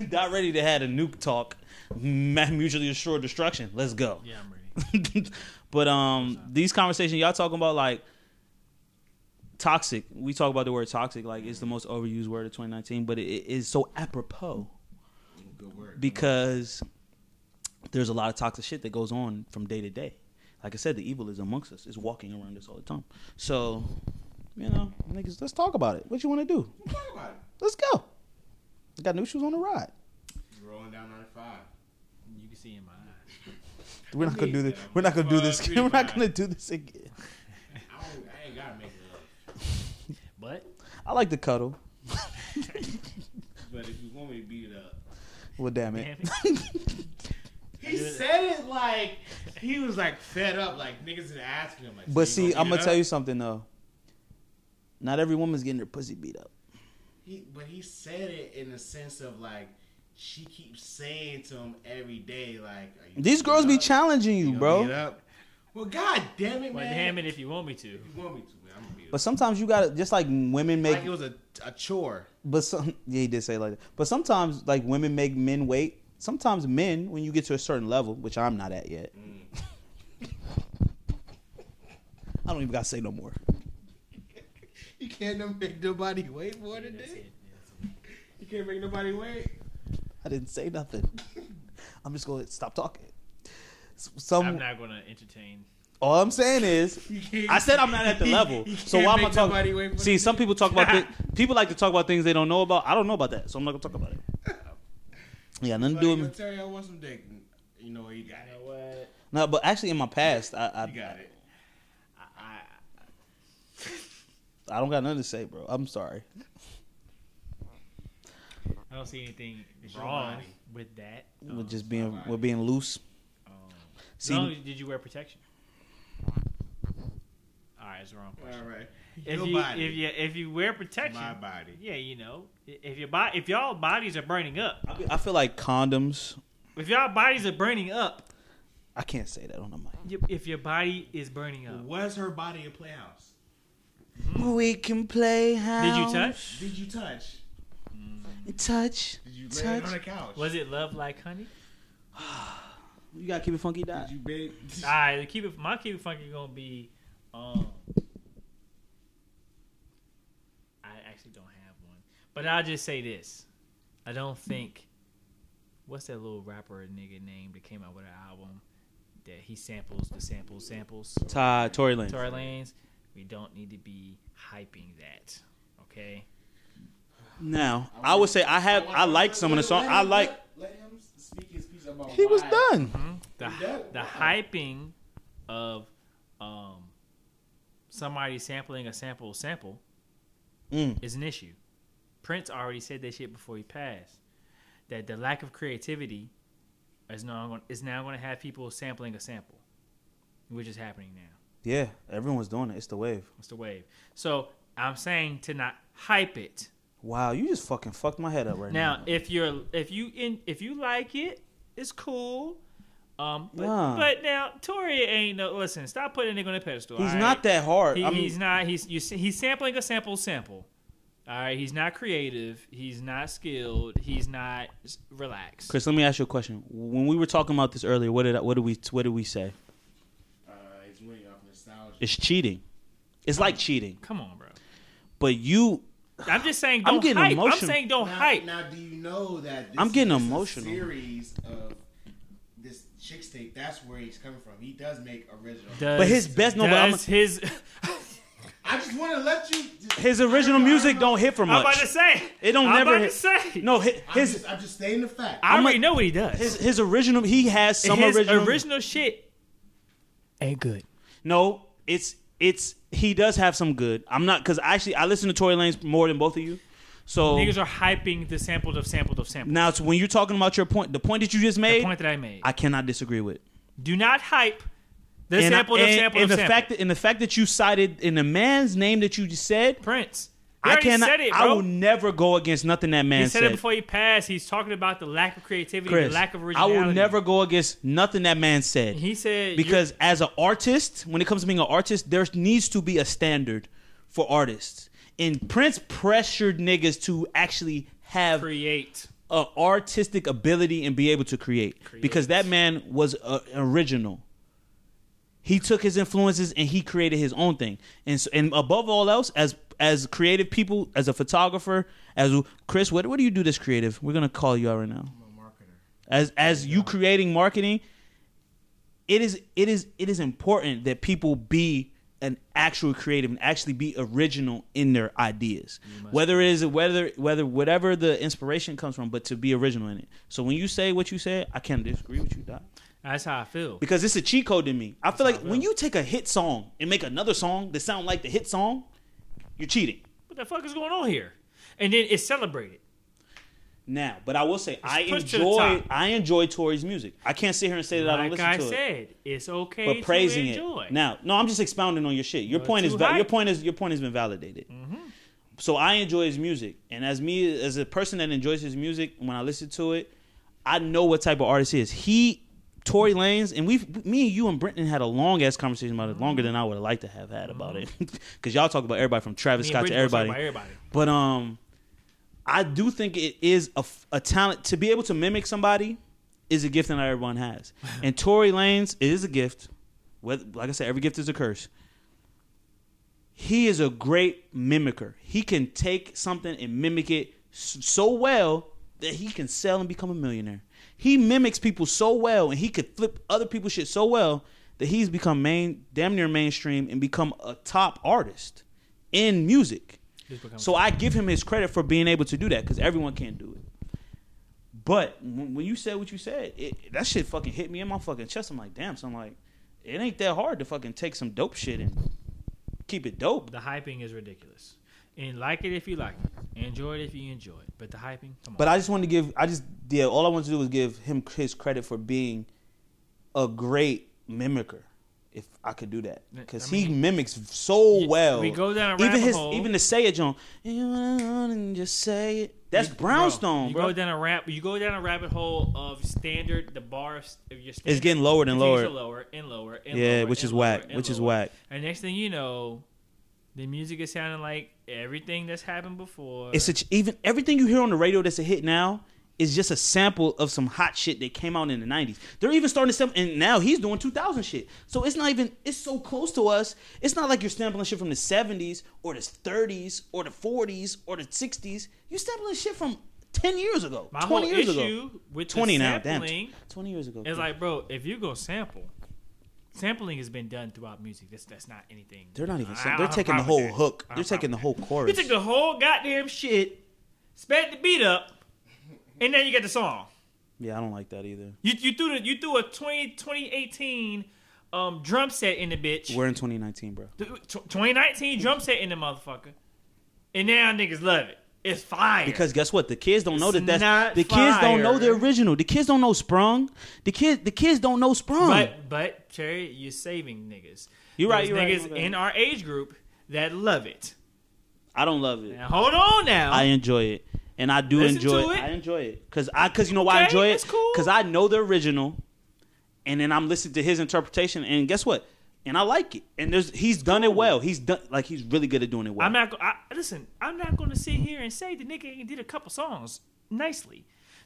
[SPEAKER 3] that. not ready to have a nuke talk, ma- mutually assured destruction. Let's go.
[SPEAKER 4] Yeah, I'm ready.
[SPEAKER 3] but um these conversations y'all talking about like toxic we talk about the word toxic like it's the most overused word of 2019 but it, it is so apropos Mm-hmm.
[SPEAKER 2] Good word.
[SPEAKER 3] because there's a lot of toxic shit that goes on from day to day like i said the evil is amongst us it's walking around us all the time so you know niggas let's talk about it what you want to do
[SPEAKER 2] Talk about it.
[SPEAKER 3] let's go got new shoes on the ride
[SPEAKER 2] Rolling down 95.
[SPEAKER 4] You can see in my eyes.
[SPEAKER 3] we're not gonna do this we're not gonna do this we're not gonna do this again
[SPEAKER 2] I, don't, I ain't gotta make it
[SPEAKER 4] But
[SPEAKER 3] i like to cuddle
[SPEAKER 2] up. But if you want me to beat it up.
[SPEAKER 3] well damn it
[SPEAKER 4] damn it,
[SPEAKER 2] He said it like he was like fed up, like niggas didn't ask him. Like,
[SPEAKER 3] But
[SPEAKER 2] so
[SPEAKER 3] see,
[SPEAKER 2] gonna
[SPEAKER 3] I'm
[SPEAKER 2] beat
[SPEAKER 3] gonna
[SPEAKER 2] it
[SPEAKER 3] tell
[SPEAKER 2] up?
[SPEAKER 3] you something though. Not every woman's getting her pussy beat up.
[SPEAKER 2] He, but he said it in the sense of like she keeps saying to him every day, like Are you
[SPEAKER 3] These
[SPEAKER 2] gonna
[SPEAKER 3] girls
[SPEAKER 2] beat
[SPEAKER 3] be
[SPEAKER 2] it up?
[SPEAKER 3] challenging
[SPEAKER 2] You
[SPEAKER 3] you,
[SPEAKER 2] gonna beat it
[SPEAKER 3] bro.
[SPEAKER 2] up? Well, god damn it,
[SPEAKER 4] but
[SPEAKER 2] man.
[SPEAKER 4] damn it, if you want me to.
[SPEAKER 2] If you want me to, man, I'm gonna beat it.
[SPEAKER 3] But
[SPEAKER 2] up.
[SPEAKER 3] sometimes you gotta just like women make.
[SPEAKER 2] Like it was a, a chore.
[SPEAKER 3] But some yeah, he did say it like that. But sometimes like women make men wait. Sometimes men, when you get to a certain level, which I'm not at yet, I don't even gotta say no more.
[SPEAKER 2] You can't make nobody wait more than
[SPEAKER 4] That's
[SPEAKER 2] this.
[SPEAKER 4] it.
[SPEAKER 2] You can't make nobody wait.
[SPEAKER 3] I didn't say nothing. I'm just gonna stop talking. S- Some
[SPEAKER 4] I'm not gonna entertain.
[SPEAKER 3] All I'm saying is, I said I'm not at the level. So why am I
[SPEAKER 2] nobody wait
[SPEAKER 3] talking?
[SPEAKER 2] for
[SPEAKER 3] See, some people talk about thi- people like to talk about things they don't know about. I don't know about that, so I'm not gonna talk about it. Yeah, nothing to do with me.
[SPEAKER 2] Terry, I want some dick. You know, you got it.
[SPEAKER 4] What?
[SPEAKER 3] No, but actually, in my past, I I,
[SPEAKER 2] You got it. I,
[SPEAKER 3] I don't got nothing to say, bro. I'm sorry.
[SPEAKER 4] I don't see anything
[SPEAKER 2] It's your
[SPEAKER 4] wrong
[SPEAKER 2] body.
[SPEAKER 4] with that.
[SPEAKER 3] with just being with being loose.
[SPEAKER 4] Um, as
[SPEAKER 3] See,
[SPEAKER 4] long as- did you wear protection? All right, it's the wrong
[SPEAKER 2] I,
[SPEAKER 4] question.
[SPEAKER 2] all right.
[SPEAKER 4] If
[SPEAKER 2] Your
[SPEAKER 4] you
[SPEAKER 2] body.
[SPEAKER 4] if you if you wear protection,
[SPEAKER 2] my body.
[SPEAKER 4] yeah, you know, i- if your body if y'all bodies are burning up,
[SPEAKER 3] I be- I feel like condoms.
[SPEAKER 4] if y'all bodies are burning up,
[SPEAKER 3] I can't say that on the mic.
[SPEAKER 4] y- if your body is burning up,
[SPEAKER 2] Was her body a playhouse?
[SPEAKER 3] We can play
[SPEAKER 4] did you
[SPEAKER 3] house.
[SPEAKER 4] touch?
[SPEAKER 2] Mm. Did you touch?
[SPEAKER 3] Touch.
[SPEAKER 2] Did you lay
[SPEAKER 3] Touch.
[SPEAKER 2] on the couch?
[SPEAKER 4] Was it love like honey?
[SPEAKER 3] You gotta keep it funky,
[SPEAKER 2] Did
[SPEAKER 3] dot.
[SPEAKER 2] you big?
[SPEAKER 4] All right, keep it. My keep it funky gonna be. Um, I actually don't have one, but I'll just say this: I don't think. What's that little rapper nigga name that came out with an album that he samples the sample samples?
[SPEAKER 3] Ty Tory Lane.
[SPEAKER 4] Tory Lanez. We don't need to be hyping that, okay?
[SPEAKER 3] Now, I would say I have. I like some of the song. I like.
[SPEAKER 2] Let him speak his piece about.
[SPEAKER 3] He was
[SPEAKER 2] why-
[SPEAKER 3] done.
[SPEAKER 4] The
[SPEAKER 2] don't-
[SPEAKER 4] the hyping of um, somebody sampling a sample sample
[SPEAKER 3] Mm.
[SPEAKER 4] is an issue. Prince already said that shit before he passed. That the lack of creativity is now going is now going to have people sampling a sample, which is happening now.
[SPEAKER 3] Yeah, everyone's doing it. It's the wave.
[SPEAKER 4] It's the wave. So I'm saying to not hype it.
[SPEAKER 3] Wow, you just fucking fucked my head up right now.
[SPEAKER 4] Now, if you're if you in if you like it, it's cool. Um, but,
[SPEAKER 3] Nah.
[SPEAKER 4] but now Tori ain't no. Listen, stop putting nigga on the pedestal.
[SPEAKER 3] He's
[SPEAKER 4] all
[SPEAKER 3] not
[SPEAKER 4] right?
[SPEAKER 3] that hard.
[SPEAKER 4] He,
[SPEAKER 3] I mean,
[SPEAKER 4] he's not. He's you, see- he's sampling a sample sample. All right. He's not creative. He's not skilled. He's not s- relaxed.
[SPEAKER 3] Chris, let me ask you a question. When we were talking about this earlier, what did I, what did we what did we say?
[SPEAKER 2] Uh, he's winning off nostalgia.
[SPEAKER 3] It's cheating. It's like cheating,
[SPEAKER 4] Come on, bro.
[SPEAKER 3] but you
[SPEAKER 4] I'm just saying.
[SPEAKER 3] I'm
[SPEAKER 4] Don't
[SPEAKER 3] getting
[SPEAKER 4] hype.
[SPEAKER 3] emotional.
[SPEAKER 4] I'm saying don't
[SPEAKER 2] now,
[SPEAKER 4] hype.
[SPEAKER 2] Now, do you know that this
[SPEAKER 3] I'm getting
[SPEAKER 2] is a
[SPEAKER 3] emotional.
[SPEAKER 2] series of this chick tape? That's where he's coming from. He does make original.
[SPEAKER 4] Does,
[SPEAKER 3] But his best- no, but I'm-
[SPEAKER 4] does his.
[SPEAKER 2] I just want to let you. Just,
[SPEAKER 3] his original music don't hit for
[SPEAKER 4] I'm about to
[SPEAKER 3] much.
[SPEAKER 4] say.
[SPEAKER 3] It don't
[SPEAKER 4] I'm
[SPEAKER 3] never
[SPEAKER 4] about
[SPEAKER 3] hit-
[SPEAKER 4] to say.
[SPEAKER 3] No, hi-
[SPEAKER 2] I'm
[SPEAKER 3] his
[SPEAKER 2] just, I'm just stating the fact.
[SPEAKER 4] I
[SPEAKER 3] I'm
[SPEAKER 4] already
[SPEAKER 3] a-
[SPEAKER 4] know what he does.
[SPEAKER 3] his his original he has some
[SPEAKER 4] his
[SPEAKER 3] original,
[SPEAKER 4] original, shit ain't good.
[SPEAKER 3] No, it's it's he does have some good. I'm not cuz actually I listen to Tory Lanez more than both of you. So
[SPEAKER 4] Niggas are hyping the sampled of sampled of sampled.
[SPEAKER 3] now it's when you're talking about your point, the point that you just
[SPEAKER 4] the
[SPEAKER 3] made,
[SPEAKER 4] point that I made.
[SPEAKER 3] I cannot disagree with.
[SPEAKER 4] Do not hype the sampled
[SPEAKER 3] and,
[SPEAKER 4] of sampled
[SPEAKER 3] and
[SPEAKER 4] of
[SPEAKER 3] the
[SPEAKER 4] sampled.
[SPEAKER 3] fact that, and the fact that you cited in the man's name that you just said,
[SPEAKER 4] Prince. He
[SPEAKER 3] I
[SPEAKER 4] already
[SPEAKER 3] cannot.
[SPEAKER 4] Said it,
[SPEAKER 3] I
[SPEAKER 4] bro.
[SPEAKER 3] will never go against nothing that man
[SPEAKER 4] He said,
[SPEAKER 3] said
[SPEAKER 4] it before he passed. He's talking about the lack of creativity,
[SPEAKER 3] Chris,
[SPEAKER 4] the lack of
[SPEAKER 3] I
[SPEAKER 4] originality.
[SPEAKER 3] will never go against nothing that man said.
[SPEAKER 4] He said
[SPEAKER 3] because as an artist, when it comes to being an artist, there needs to be a standard for artists. And Prince pressured niggas to actually
[SPEAKER 4] you
[SPEAKER 3] have
[SPEAKER 4] create.
[SPEAKER 3] a artistic ability and be able to create, because that man was a, original. He took his influences and he created his own thing. And so, and above all else, as as creative people, as a photographer, as Chris, what what do you do that's creative? We're gonna call you out right now.
[SPEAKER 2] I'm a marketer.
[SPEAKER 3] As as you creating marketing, it is it is it is important that people be an actual creative and actually be original in their ideas. Whether it is whether whether whatever the inspiration comes from, but to be original in it. So when you say what you said, I can't disagree with you, Doc.
[SPEAKER 4] That's how I feel.
[SPEAKER 3] Because it's a cheat code to me. I feel like
[SPEAKER 4] how I
[SPEAKER 3] when
[SPEAKER 4] feel.
[SPEAKER 3] you take a hit song and make another song that sound like the hit song, you're cheating.
[SPEAKER 4] What the fuck is going on here? And then it's celebrated.
[SPEAKER 3] Now, but I will say I
[SPEAKER 4] pushed to the
[SPEAKER 3] enjoy
[SPEAKER 4] top.
[SPEAKER 3] I enjoy Tori's music. I can't sit here and say that I don't
[SPEAKER 4] Like
[SPEAKER 3] listen
[SPEAKER 4] I
[SPEAKER 3] to it.
[SPEAKER 4] said, it's okay
[SPEAKER 3] but praising
[SPEAKER 4] to enjoy.
[SPEAKER 3] it now. No, I'm just expounding on your shit. Your
[SPEAKER 4] You're
[SPEAKER 3] point is
[SPEAKER 4] too
[SPEAKER 3] val- your
[SPEAKER 4] hype. Mm-hmm.
[SPEAKER 3] point is your point has been validated. So I enjoy his music, and as me as a person that enjoys his music, when I listen to it, I know what type of artist he is. He, Tory Lanez, and we, have me and you and Brenton had a long ass conversation about it,
[SPEAKER 4] Mm-hmm.
[SPEAKER 3] longer than I would have liked to have had about it, because y'all talk about everybody from Travis
[SPEAKER 4] Me and
[SPEAKER 3] Scott to
[SPEAKER 4] Bridget was talking
[SPEAKER 3] everybody.
[SPEAKER 4] about everybody.
[SPEAKER 3] But um, I do think it is a, f- a talent to be able to mimic somebody is a gift that not everyone has. And Tory Lanez is a gift. Whether, like I said, every gift is a curse. He is a great mimicker. He can take something and mimic it s- so well that he can sell and become a millionaire. He mimics people so well and he could flip other people's shit so well that he's become main, damn near mainstream, and become a top artist in music.
[SPEAKER 4] He's become-
[SPEAKER 3] So I give him his credit for being able to do that because everyone can't do it. But when when you said what you said, it, that shit fucking hit me in my fucking chest. I'm like, damn. So I'm like, it ain't that hard to fucking take some dope shit and keep it dope.
[SPEAKER 4] the hyping is ridiculous. And like it if you like it, enjoy it if you enjoy it. But the hyping, come on.
[SPEAKER 3] But I just wanted to give. I just yeah. All I wanted to do was give him his credit for being a great mimicker. If I could do that, because
[SPEAKER 4] I
[SPEAKER 3] he
[SPEAKER 4] mean,
[SPEAKER 3] mimics so
[SPEAKER 4] y-
[SPEAKER 3] well.
[SPEAKER 4] we go down a
[SPEAKER 3] even
[SPEAKER 4] rabbit
[SPEAKER 3] his
[SPEAKER 4] hole.
[SPEAKER 3] even the say it John. You wanna and just say it. That's
[SPEAKER 4] You-
[SPEAKER 3] brownstone,
[SPEAKER 4] You
[SPEAKER 3] bro.
[SPEAKER 4] go down a rap. You go down a rabbit hole of standard. The bar of, s- of your standard
[SPEAKER 3] It's getting lowered and
[SPEAKER 4] continues to
[SPEAKER 3] lower.
[SPEAKER 4] lower and lower and
[SPEAKER 3] Yeah,
[SPEAKER 4] lower
[SPEAKER 3] which
[SPEAKER 4] and
[SPEAKER 3] is
[SPEAKER 4] lower
[SPEAKER 3] whack,
[SPEAKER 4] and
[SPEAKER 3] which is
[SPEAKER 4] lower.
[SPEAKER 3] whack.
[SPEAKER 4] And next thing you know, the music is sounding like everything that's happened before.
[SPEAKER 3] It's such even everything you hear on the radio that's a hit now is just a sample of some hot shit that came out in the '90s. They're even starting to sample, and now he's doing 2000 shit. So it's not even it's so close to us. It's not like you're sampling shit from the '70s or the '30s or the '40s or the '60s. You're sampling shit from 10 years ago,
[SPEAKER 4] my
[SPEAKER 3] 20
[SPEAKER 4] whole
[SPEAKER 3] years
[SPEAKER 4] issue
[SPEAKER 3] ago,
[SPEAKER 4] with
[SPEAKER 3] 20
[SPEAKER 4] the
[SPEAKER 3] now. Damn,
[SPEAKER 4] sampling
[SPEAKER 3] 20 years ago.
[SPEAKER 4] is like, bro, if you go sample. Sampling has been done throughout music. That's that's not anything.
[SPEAKER 3] they're not even.
[SPEAKER 4] I-
[SPEAKER 3] Sam-
[SPEAKER 4] I
[SPEAKER 3] they're
[SPEAKER 4] have a
[SPEAKER 3] taking the
[SPEAKER 4] problem
[SPEAKER 3] whole
[SPEAKER 4] with that.
[SPEAKER 3] hook.
[SPEAKER 4] I
[SPEAKER 3] They're
[SPEAKER 4] have a problem
[SPEAKER 3] taking the
[SPEAKER 4] with
[SPEAKER 3] whole
[SPEAKER 4] You
[SPEAKER 3] chorus.
[SPEAKER 4] took the whole goddamn shit, spat the beat up, and now you got the song.
[SPEAKER 3] Yeah, I don't like that either.
[SPEAKER 4] You you threw the, you threw a 20, 2018 um, drum set in the bitch.
[SPEAKER 3] We're in 2019, bro.
[SPEAKER 4] Th- tw- 2019 drum set in the motherfucker. And now niggas love it. It's fire.
[SPEAKER 3] Because guess what? The kids don't know
[SPEAKER 4] It's
[SPEAKER 3] that that's
[SPEAKER 4] not
[SPEAKER 3] the kids don't know the
[SPEAKER 4] fire.
[SPEAKER 3] original. The kids don't know Sprung. The kid the kids don't know Sprung.
[SPEAKER 4] but but Cherry, you're saving niggas.
[SPEAKER 3] You're right,
[SPEAKER 4] There's
[SPEAKER 3] you're right,
[SPEAKER 4] niggas
[SPEAKER 3] my bad.
[SPEAKER 4] in our age group that love it.
[SPEAKER 3] I don't love it.
[SPEAKER 4] Now hold on now.
[SPEAKER 3] I enjoy it. And I do
[SPEAKER 4] Listen
[SPEAKER 3] enjoy
[SPEAKER 4] to
[SPEAKER 3] it.
[SPEAKER 4] it.
[SPEAKER 3] I enjoy it. Cause I cause you know why I
[SPEAKER 4] Okay,
[SPEAKER 3] enjoy it?
[SPEAKER 4] that's cool.
[SPEAKER 3] Cause I know the original. And then I'm listening to his interpretation and guess what? And I like it. And there's he's done it well. He's done like he's really good at doing it well.
[SPEAKER 4] I'm not. go- I, listen, I'm not going to sit here and say the nigga ain't did a couple songs nicely.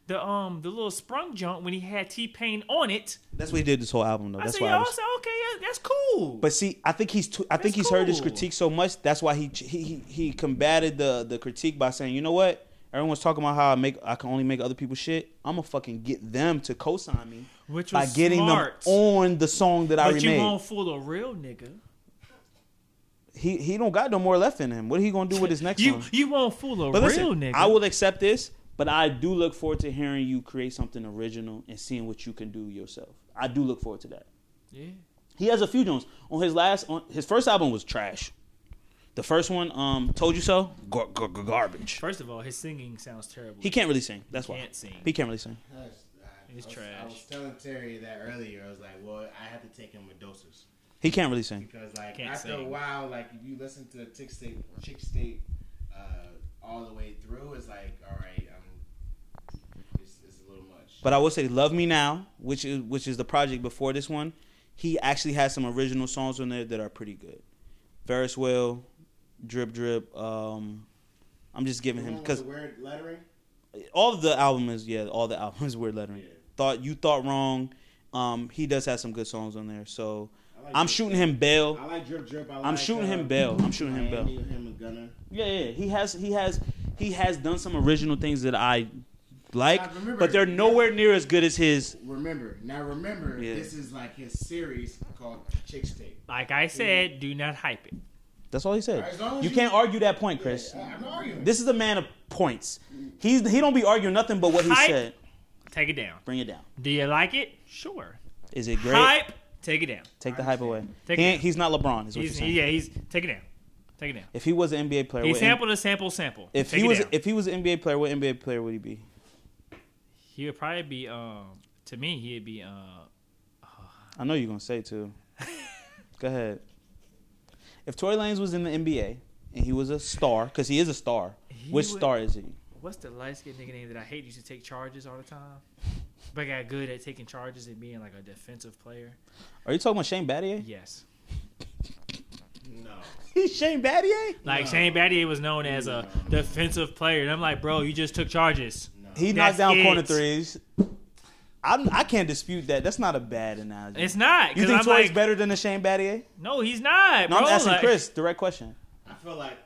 [SPEAKER 4] The um the little sprung jump when he had T Pain on it.
[SPEAKER 3] that's what he did this whole album though.
[SPEAKER 4] I
[SPEAKER 3] That's
[SPEAKER 4] said,
[SPEAKER 3] why I
[SPEAKER 4] y'all
[SPEAKER 3] was
[SPEAKER 4] said, okay, yeah, that's cool.
[SPEAKER 3] But see, I think he's too, I think he's
[SPEAKER 4] That's
[SPEAKER 3] heard his
[SPEAKER 4] cool.
[SPEAKER 3] critique so much. That's why he he he, he combated the the critique by saying, you know what? Everyone's talking about how I make I can only make other people shit. I'm gonna fucking get them to co-sign me
[SPEAKER 4] Which
[SPEAKER 3] by
[SPEAKER 4] was
[SPEAKER 3] getting
[SPEAKER 4] smart.
[SPEAKER 3] them on the song that I
[SPEAKER 4] but you
[SPEAKER 3] remade.
[SPEAKER 4] won't fool a real nigga.
[SPEAKER 3] He he don't got no more left in him. What he gonna do with his next
[SPEAKER 4] You
[SPEAKER 3] one?
[SPEAKER 4] you won't fool a
[SPEAKER 3] But
[SPEAKER 4] real
[SPEAKER 3] listen,
[SPEAKER 4] nigga.
[SPEAKER 3] I will accept this, but I do look forward to hearing you create something original and seeing what you can do yourself. I do look forward to that.
[SPEAKER 4] Yeah.
[SPEAKER 3] He has a few joints. On his last, on his first album was trash. The first one, um, told you so, gar- gar- gar- garbage.
[SPEAKER 4] First of all, his singing sounds terrible.
[SPEAKER 3] He can't really sing. That's why
[SPEAKER 4] Can't sing.
[SPEAKER 3] he can't really sing.
[SPEAKER 4] He's
[SPEAKER 2] I was,
[SPEAKER 4] trash.
[SPEAKER 2] I was telling Terry that earlier. I was like, well, I had to take him with doses
[SPEAKER 3] He can't really sing.
[SPEAKER 2] because, like,
[SPEAKER 4] Can't
[SPEAKER 2] after a
[SPEAKER 4] sing.
[SPEAKER 2] while, like, if you listen to Chick State, Chick State, uh, all the way through, it's like, all right, I'm, it's, it's a little much.
[SPEAKER 3] But I will say, "Love Me Now," which is which is the project before this one, he actually has some original songs on there that are pretty good. Ferris Will, Drip Drip. Um, I'm just
[SPEAKER 2] The
[SPEAKER 3] giving
[SPEAKER 2] one
[SPEAKER 3] him
[SPEAKER 2] with
[SPEAKER 3] because
[SPEAKER 2] the weird lettering.
[SPEAKER 3] all of the album is yeah, all the album is weird lettering.
[SPEAKER 2] Yeah.
[SPEAKER 3] Thought you thought wrong. Um, he does have some good songs on there. So
[SPEAKER 2] I like
[SPEAKER 3] I'm
[SPEAKER 2] Drip
[SPEAKER 3] shooting him bail.
[SPEAKER 2] I like drip drip. I like,
[SPEAKER 3] I'm shooting
[SPEAKER 2] uh,
[SPEAKER 3] him Bell. I'm shooting him Bell.
[SPEAKER 2] Miami, Him and Gunner.
[SPEAKER 3] Yeah, yeah. He has he has he has done some original things that I like,
[SPEAKER 2] I remember-
[SPEAKER 3] but they're nowhere near as good as his.
[SPEAKER 2] Remember now. Remember
[SPEAKER 3] Yeah.
[SPEAKER 2] this is like his series called Chick State.
[SPEAKER 4] Like I said, do not hype it.
[SPEAKER 3] That's all he said.
[SPEAKER 2] As long as
[SPEAKER 3] You
[SPEAKER 2] you-
[SPEAKER 3] can't argue that point, Chris.
[SPEAKER 2] I- I'm arguing.
[SPEAKER 3] This is a man of points. He's he don't be arguing nothing but what he
[SPEAKER 4] Hype.
[SPEAKER 3] said.
[SPEAKER 4] Take it down.
[SPEAKER 3] Bring it down.
[SPEAKER 4] Do you like it? Sure.
[SPEAKER 3] Is it great?
[SPEAKER 4] Hype. Take it down.
[SPEAKER 3] Take the hype away.
[SPEAKER 4] Take
[SPEAKER 3] he
[SPEAKER 4] it
[SPEAKER 3] ain't, he's not LeBron. Is what
[SPEAKER 4] He's,
[SPEAKER 3] you're saying.
[SPEAKER 4] yeah, he's take it down. Take it down.
[SPEAKER 3] If he was an NBA player,
[SPEAKER 4] He
[SPEAKER 3] what
[SPEAKER 4] sampled a sample sample.
[SPEAKER 3] if
[SPEAKER 4] Take
[SPEAKER 3] he
[SPEAKER 4] it
[SPEAKER 3] was
[SPEAKER 4] down.
[SPEAKER 3] if he was an NBA player, what NBA player would he be?
[SPEAKER 4] he would probably be um to me he'd be uh
[SPEAKER 3] I know you're gonna say too. Go ahead. If Tory Lanez was in the NBA and he was a star, because he is a star,
[SPEAKER 4] He
[SPEAKER 3] which
[SPEAKER 4] would-
[SPEAKER 3] star is he?
[SPEAKER 4] what's the light skinned nigga name that I hate used to take charges all the time? But got good at taking charges and being like a defensive player.
[SPEAKER 3] Are you talking about Shane Battier?
[SPEAKER 4] Yes.
[SPEAKER 2] No.
[SPEAKER 3] He's Shane Battier?
[SPEAKER 4] Like Shane Battier was known as a defensive player. And I'm like, bro, you just took charges.
[SPEAKER 3] He knocked
[SPEAKER 4] That's
[SPEAKER 3] down corner
[SPEAKER 4] it.
[SPEAKER 3] threes. I'm, I can't dispute that. That's not a bad analogy.
[SPEAKER 4] It's not. 'cause
[SPEAKER 3] you think
[SPEAKER 4] I'm
[SPEAKER 3] Tory's
[SPEAKER 4] like,
[SPEAKER 3] better than a Shane Battier?
[SPEAKER 4] No, he's not.
[SPEAKER 3] No,
[SPEAKER 4] bro.
[SPEAKER 3] I'm asking
[SPEAKER 4] Like,
[SPEAKER 3] Chris. Direct question.
[SPEAKER 2] I feel like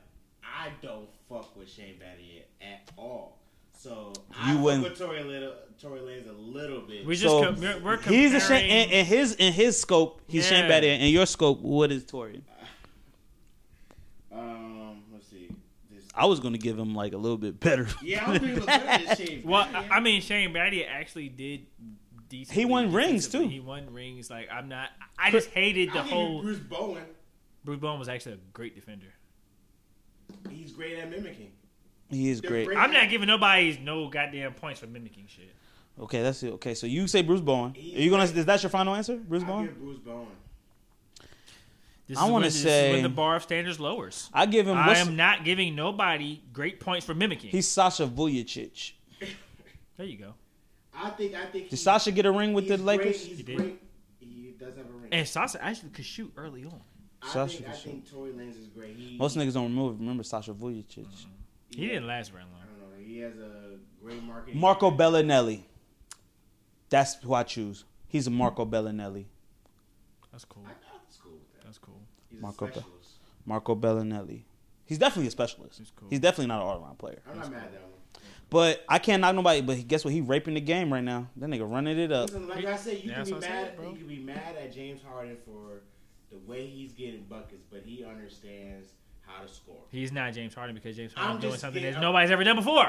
[SPEAKER 2] I don't fuck with Shane Battier at all. So
[SPEAKER 3] you
[SPEAKER 2] I
[SPEAKER 3] wouldn't.
[SPEAKER 2] Fuck with Tory Little, Tory Lanez a little bit.
[SPEAKER 4] We just
[SPEAKER 3] So
[SPEAKER 4] com- we're, we're comparing.
[SPEAKER 3] he's a Shane in, in his in his scope. He's Shane
[SPEAKER 4] Yeah.
[SPEAKER 3] Battier. In your scope, what is Tory?
[SPEAKER 2] um, let's see. This.
[SPEAKER 3] I was gonna give him like a little bit better.
[SPEAKER 2] Yeah, I don't think it was better than Shane.
[SPEAKER 4] well,
[SPEAKER 2] Battier.
[SPEAKER 4] I I mean, Shane Battier actually did. Decently,
[SPEAKER 3] He won rings,
[SPEAKER 4] defensively.
[SPEAKER 3] too.
[SPEAKER 4] He won rings. Like I'm not. I just hated the
[SPEAKER 2] I'll give you
[SPEAKER 4] whole.
[SPEAKER 2] Bruce Bowen.
[SPEAKER 4] Bruce Bowen was actually a great defender.
[SPEAKER 2] He's great at mimicking.
[SPEAKER 3] He is great.
[SPEAKER 4] I'm not giving nobody's no goddamn points for mimicking shit.
[SPEAKER 3] Okay, that's it. Okay, so you say Bruce Bowen. Are
[SPEAKER 2] He-
[SPEAKER 3] you gonna? Is that your final answer, Bruce
[SPEAKER 2] I'll
[SPEAKER 3] Bowen?
[SPEAKER 2] give Bruce Bowen.
[SPEAKER 4] This
[SPEAKER 3] I wanna
[SPEAKER 4] is when- this is
[SPEAKER 3] say-
[SPEAKER 4] when the bar of standards lowers.
[SPEAKER 3] I give him.
[SPEAKER 4] I
[SPEAKER 3] What's,
[SPEAKER 4] am not giving nobody great points for mimicking.
[SPEAKER 3] he's Sasha Vujacic.
[SPEAKER 4] there you go.
[SPEAKER 2] I think. I think.
[SPEAKER 3] Did
[SPEAKER 2] he's-
[SPEAKER 3] Sasha get a ring with the
[SPEAKER 2] he's great,
[SPEAKER 3] Lakers?
[SPEAKER 2] He's
[SPEAKER 4] He did.
[SPEAKER 2] great. He does have a ring.
[SPEAKER 4] And Sasha actually could shoot early on.
[SPEAKER 2] I
[SPEAKER 3] Sasha
[SPEAKER 2] think, I
[SPEAKER 3] for sure.
[SPEAKER 2] think Tory Lanez is great. He,
[SPEAKER 3] Most niggas don't remember. Remember Sasha Vujacic.
[SPEAKER 4] He didn't last very
[SPEAKER 2] I
[SPEAKER 4] long.
[SPEAKER 2] don't know. He has a great market.
[SPEAKER 3] Marco Bellinelli. That's who I choose. He's a Marco Bellinelli.
[SPEAKER 4] That's cool.
[SPEAKER 2] I thought it's cool with that.
[SPEAKER 4] That's cool.
[SPEAKER 2] He's
[SPEAKER 3] Marco
[SPEAKER 2] Marco
[SPEAKER 3] Be-
[SPEAKER 2] a specialist.
[SPEAKER 3] Marco Bellinelli. He's definitely a specialist.
[SPEAKER 4] He's
[SPEAKER 3] He's,
[SPEAKER 4] cool.
[SPEAKER 3] definitely not an all around player.
[SPEAKER 2] I'm not mad at that one.
[SPEAKER 3] But I can't knock nobody. But guess what? He raping the game right now. That nigga running it up.
[SPEAKER 2] Listen, like I said, you
[SPEAKER 4] Yeah, that's
[SPEAKER 2] can be
[SPEAKER 4] what I'm
[SPEAKER 2] mad.
[SPEAKER 4] saying, bro.
[SPEAKER 2] you can be mad at James Harden for the way he's getting buckets, but he understands how to score.
[SPEAKER 4] He's not James Harden because James
[SPEAKER 2] I'm
[SPEAKER 4] Harden's doing
[SPEAKER 2] just
[SPEAKER 4] something
[SPEAKER 2] getting-
[SPEAKER 4] that nobody's ever done before.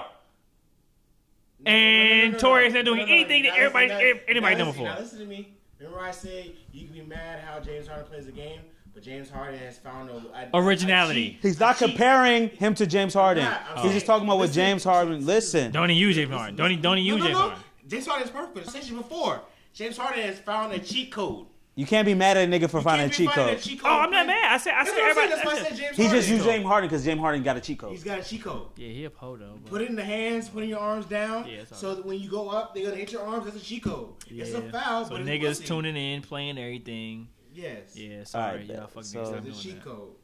[SPEAKER 4] And Torrey's not doing anything that
[SPEAKER 2] Now listen,
[SPEAKER 4] everybody-
[SPEAKER 2] now-
[SPEAKER 4] ev- anybody
[SPEAKER 2] now
[SPEAKER 4] done
[SPEAKER 2] listen- now
[SPEAKER 4] before.
[SPEAKER 2] Listen to me. Remember I said you can be mad how James Harden plays the game, but James Harden has found a, a- a
[SPEAKER 4] Originality.
[SPEAKER 2] cheat-
[SPEAKER 3] He's not
[SPEAKER 2] a cheat.
[SPEAKER 3] comparing him to James Harden.
[SPEAKER 2] not. I'm
[SPEAKER 3] He's just
[SPEAKER 2] saying-
[SPEAKER 3] talking about what
[SPEAKER 2] listen.
[SPEAKER 3] James Harden. Listen,
[SPEAKER 4] Don't even use James Harden. Don't even, don't even
[SPEAKER 2] No,
[SPEAKER 4] use
[SPEAKER 2] no,
[SPEAKER 4] James
[SPEAKER 2] no.
[SPEAKER 4] Harden.
[SPEAKER 2] James Harden is perfect for the session before. James Harden has found a cheat code.
[SPEAKER 3] you can't be mad at a nigga for finding a
[SPEAKER 2] Can't be
[SPEAKER 3] cheat
[SPEAKER 2] finding
[SPEAKER 3] code.
[SPEAKER 2] a cheat
[SPEAKER 4] Oh, I'm not mad. I said, I said,
[SPEAKER 2] That's what I'm saying.
[SPEAKER 4] everybody.
[SPEAKER 2] That's why I
[SPEAKER 4] I
[SPEAKER 2] said
[SPEAKER 4] said,
[SPEAKER 2] James
[SPEAKER 3] He
[SPEAKER 2] Harden.
[SPEAKER 3] just used James Harden because James Harden got a cheat code.
[SPEAKER 2] He's got a cheat code.
[SPEAKER 4] yeah, he a poto. But
[SPEAKER 2] Put it in the hands, put in your arms down,
[SPEAKER 4] Yeah, it's all
[SPEAKER 2] so
[SPEAKER 4] right.
[SPEAKER 2] that when you go up, they're gonna hit your arms. That's a cheat code. It's a
[SPEAKER 4] Yeah.
[SPEAKER 2] foul,
[SPEAKER 4] So
[SPEAKER 2] but
[SPEAKER 4] niggas
[SPEAKER 2] it's pussy.
[SPEAKER 4] tuning in, playing everything.
[SPEAKER 2] Yes,
[SPEAKER 4] Yeah,
[SPEAKER 3] All
[SPEAKER 4] sorry,
[SPEAKER 3] right,
[SPEAKER 4] y'all
[SPEAKER 3] bet.
[SPEAKER 4] fucking
[SPEAKER 3] So-
[SPEAKER 4] niggas not
[SPEAKER 2] It's
[SPEAKER 4] doing
[SPEAKER 2] a cheat
[SPEAKER 4] that.
[SPEAKER 2] code.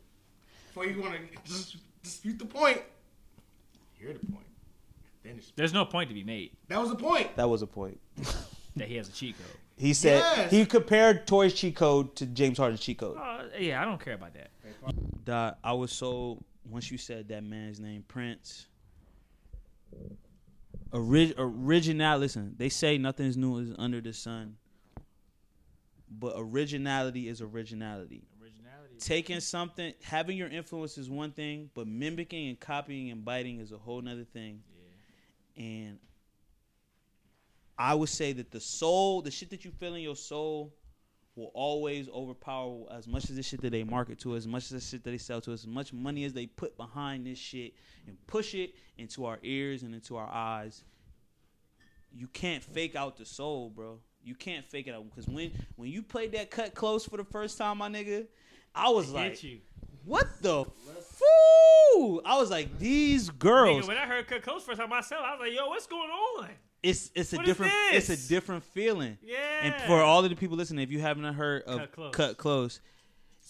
[SPEAKER 2] Before you wanna dis- dispute the point, hear the point. Then it's-
[SPEAKER 4] There's no point to be made
[SPEAKER 2] that was the point.
[SPEAKER 3] That was a point.
[SPEAKER 4] that he has a cheat code.
[SPEAKER 3] He said
[SPEAKER 2] Yes.
[SPEAKER 3] he compared Torrey's cheat code to James Harden's cheat code.
[SPEAKER 4] Uh, yeah, I don't care about that.
[SPEAKER 3] Dot, I was so once you said that man's name, Prince. Orig, original. Listen, they say nothing's new is under the sun, but originality is originality.
[SPEAKER 4] Originality.
[SPEAKER 3] Taking something, having your influence is one thing, but mimicking and copying and biting is a whole nother thing. And I would say that the soul, the shit that you feel in your soul, will always overpower as much as the shit that they market to, us, as much as the shit that they sell to, us, as much money as they put behind this shit and push it into our ears and into our eyes. You can't fake out the soul, bro. You can't fake it out because when when you played that cut close for the first time, my nigga, I was like,
[SPEAKER 4] Hit you.
[SPEAKER 3] "What the fool?" I was like, "These girls,
[SPEAKER 4] Nigga, when I heard Cut Coach first time myself, I was like, yo, what's going on?
[SPEAKER 3] it's it's a
[SPEAKER 4] What is
[SPEAKER 3] different it's
[SPEAKER 4] this?
[SPEAKER 3] a different feeling."
[SPEAKER 4] Yeah.
[SPEAKER 3] And for all of the people listening, if you haven't heard of Cut
[SPEAKER 4] Cut
[SPEAKER 3] Close,
[SPEAKER 4] Close.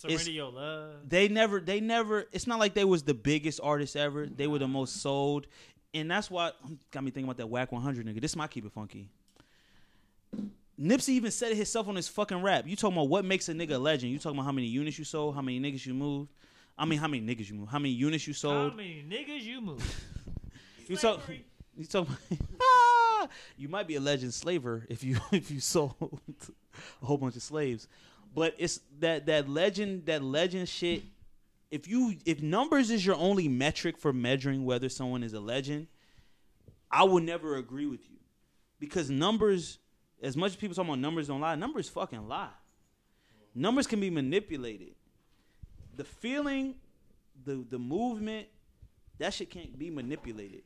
[SPEAKER 3] it's-
[SPEAKER 4] Surrender Your Love.
[SPEAKER 3] they never they never it's not like they was the biggest artist ever. They were the most sold. And that's why um, got me thinking about that whack 100 nigga. This might keep it funky. Nipsey even said it himself on his fucking rap. You talking about what makes a nigga a legend? You talking about how many units you sold, how many niggas you moved? I mean, how many niggas you moved? How many units you sold?
[SPEAKER 4] How many niggas you move?
[SPEAKER 3] You talk.
[SPEAKER 4] Slavery.
[SPEAKER 3] You talk. Ah, you might be a legend slaver if you if you sold a whole bunch of slaves, but it's that that legend that legend shit. If you if numbers is your only metric for measuring whether someone is a legend, I will never agree with you, because numbers, as much as people talk about numbers don't lie, numbers fucking lie. Numbers can be manipulated. The feeling, the the movement, that shit can't be manipulated.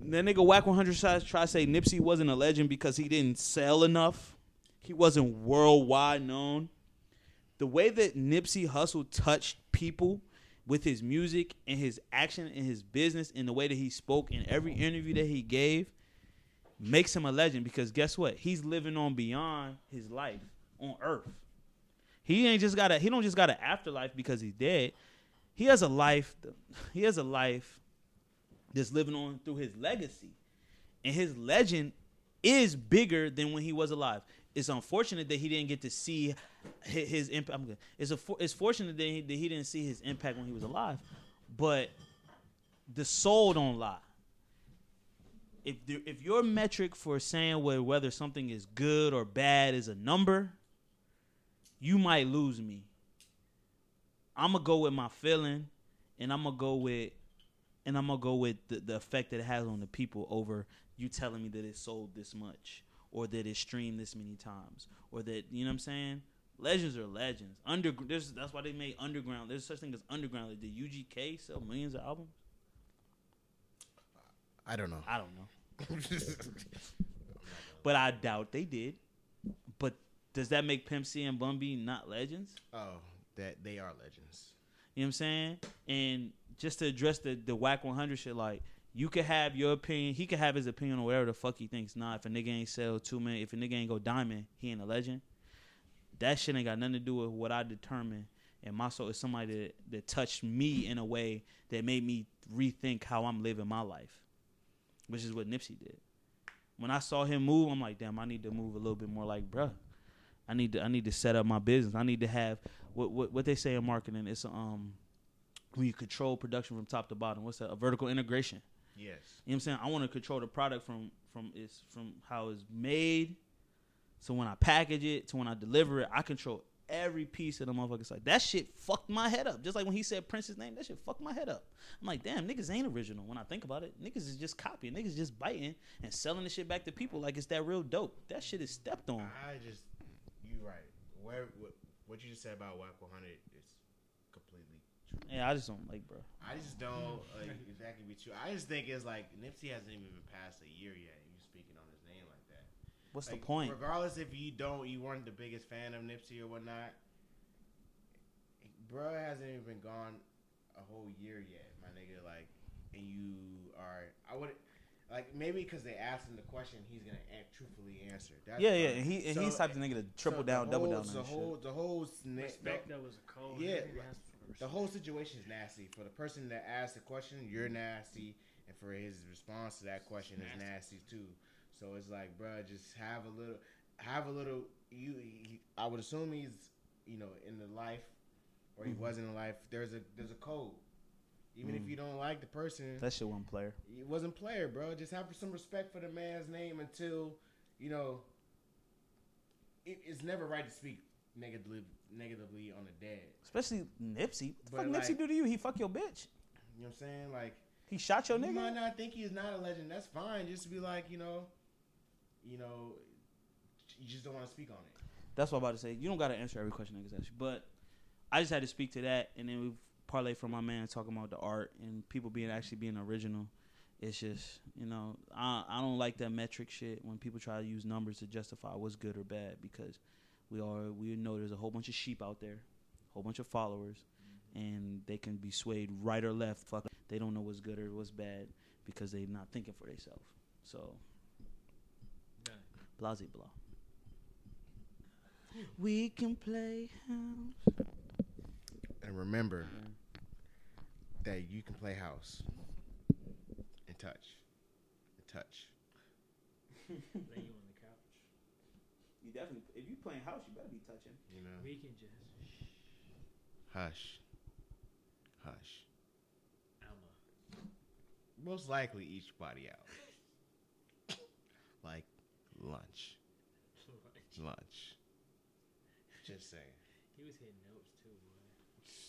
[SPEAKER 3] That nigga Whack 100 size try to say Nipsey wasn't a legend because he didn't sell enough. He wasn't worldwide known. The way that Nipsey Hussle touched people with his music and his action and his business and the way that he spoke in every interview that he gave makes him a legend because guess what? He's living on beyond his life on earth. He ain't just got a he don't just got an afterlife because he's dead. He has a life he has a life that's living on through his legacy. And his legend is bigger than when he was alive. It's unfortunate that he didn't get to see hi- his impact. I'm good. It's a for- it's fortunate that he, that he didn't see his impact when he was alive, but the soul don't lie. if there, if your metric for saying whether, whether something is good or bad is a number, you might lose me. I'm gonna go with my feeling, and I'm gonna go with, and I'm gonna go with the, the effect that it has on the people over you telling me that it sold this much, or that it streamed this many times, or that you know what I'm saying. Legends are legends. Under there's, that's why they made underground. There's such thing as underground. Like, did UGK sell millions of albums?
[SPEAKER 2] I don't know.
[SPEAKER 3] I don't know. But I doubt they did. But does that make Pimp C and Bun B not legends?
[SPEAKER 2] oh, that they are legends.
[SPEAKER 3] You know what I'm saying? And just to address the the whack 100 shit, like you could have your opinion, he could have his opinion on whatever the fuck he thinks. Nah, if a nigga ain't sell two million, if a nigga ain't go diamond, he ain't a legend. That shit ain't got nothing to do with what I determine. And my soul is somebody that, that touched me in a way that made me rethink how I'm living my life, which is what Nipsey did. When I saw him move, I'm like, damn, I need to move a little bit more like, bruh. I need to I need to set up my business. I need to have what what, what they say in marketing. It's um when you control production from top to bottom. What's that? A vertical integration.
[SPEAKER 2] Yes.
[SPEAKER 3] You know what I'm saying? I want to control the product from from its from how it's made to when I package it to when I deliver it. I control every piece of the motherfucking site. That shit fucked my head up. Just like when he said Prince's name, that shit fucked my head up. I'm like, damn, niggas ain't original when I think about it. Niggas is just copying. Niggas just biting and selling the shit back to people like it's that real dope. That shit is stepped on.
[SPEAKER 2] I just, you right. Where what, what you just said about WAP 100 is completely true.
[SPEAKER 3] Yeah, I just don't like, bro.
[SPEAKER 2] I just don't like, exactly with you. I just think it's like Nipsey hasn't even passed a year yet. and You speaking on his name like that.
[SPEAKER 3] What's
[SPEAKER 2] Like,
[SPEAKER 3] the point?
[SPEAKER 2] Regardless if you don't, you weren't the biggest fan of Nipsey or whatnot. Bro hasn't even been gone a whole year yet, my nigga. Like, and you are, I would, like, maybe because they asked him the question, he's gonna act, truthfully answer. That's
[SPEAKER 3] Yeah,
[SPEAKER 2] fine.
[SPEAKER 3] yeah, and he and
[SPEAKER 2] So,
[SPEAKER 3] he's type of nigga to triple
[SPEAKER 2] so
[SPEAKER 3] down,
[SPEAKER 2] the
[SPEAKER 3] double
[SPEAKER 2] whole-
[SPEAKER 3] down on
[SPEAKER 2] The
[SPEAKER 3] that
[SPEAKER 2] whole,
[SPEAKER 3] shit.
[SPEAKER 2] the whole, sna-
[SPEAKER 4] Respect
[SPEAKER 2] the,
[SPEAKER 4] that was a cold.
[SPEAKER 2] Yeah,
[SPEAKER 4] Nigga,
[SPEAKER 2] like,
[SPEAKER 4] that's for
[SPEAKER 2] the
[SPEAKER 4] respect.
[SPEAKER 2] whole situation is nasty. For the person that asked the question, you're nasty, and for his response to that question is nasty too. So it's like, bruh, just have a little, have a little. You, he, I would assume he's, you know, in the life, or he was in the life. There's a there's a code. Even if you don't like the person,
[SPEAKER 3] That shit one player.
[SPEAKER 2] it wasn't player, bro. Just have some respect for the man's name until, you know, it, it's never right to speak negatively negatively on the dead.
[SPEAKER 3] Especially Nipsey. What the
[SPEAKER 2] But
[SPEAKER 3] fuck
[SPEAKER 2] like-
[SPEAKER 3] Nipsey do to you? He fuck your bitch.
[SPEAKER 2] You know what I'm saying? Like.
[SPEAKER 3] He shot your
[SPEAKER 2] You might
[SPEAKER 3] nigga.
[SPEAKER 2] not think he's not a legend. That's fine. Just be like, you know, you know, you just don't want to speak on it.
[SPEAKER 3] That's what I'm about to say. You don't gotta answer every question niggas ask you. But I just had to speak to that and then we parlay from my man talking about the art and people being actually being original. It's just, you know, I I don't like that metric shit when people try to use numbers to justify what's good or bad because we are we know there's a whole bunch of sheep out there, a whole bunch of followers, and they can be swayed right or left. Fuck, they don't know what's good or what's bad because they're not thinking for themselves. So,
[SPEAKER 4] Done.
[SPEAKER 3] blase blah. We can play house.
[SPEAKER 2] And remember that you can play house and touch, and touch.
[SPEAKER 4] Lay you on the couch.
[SPEAKER 3] You definitely, if you playing house, you better be touching.
[SPEAKER 2] You know,
[SPEAKER 4] We can just.
[SPEAKER 2] hush, hush.
[SPEAKER 4] I'm
[SPEAKER 2] Most likely, each body out. like lunch,
[SPEAKER 4] a.
[SPEAKER 2] lunch. Just saying.
[SPEAKER 4] He was hitting notes too, boy.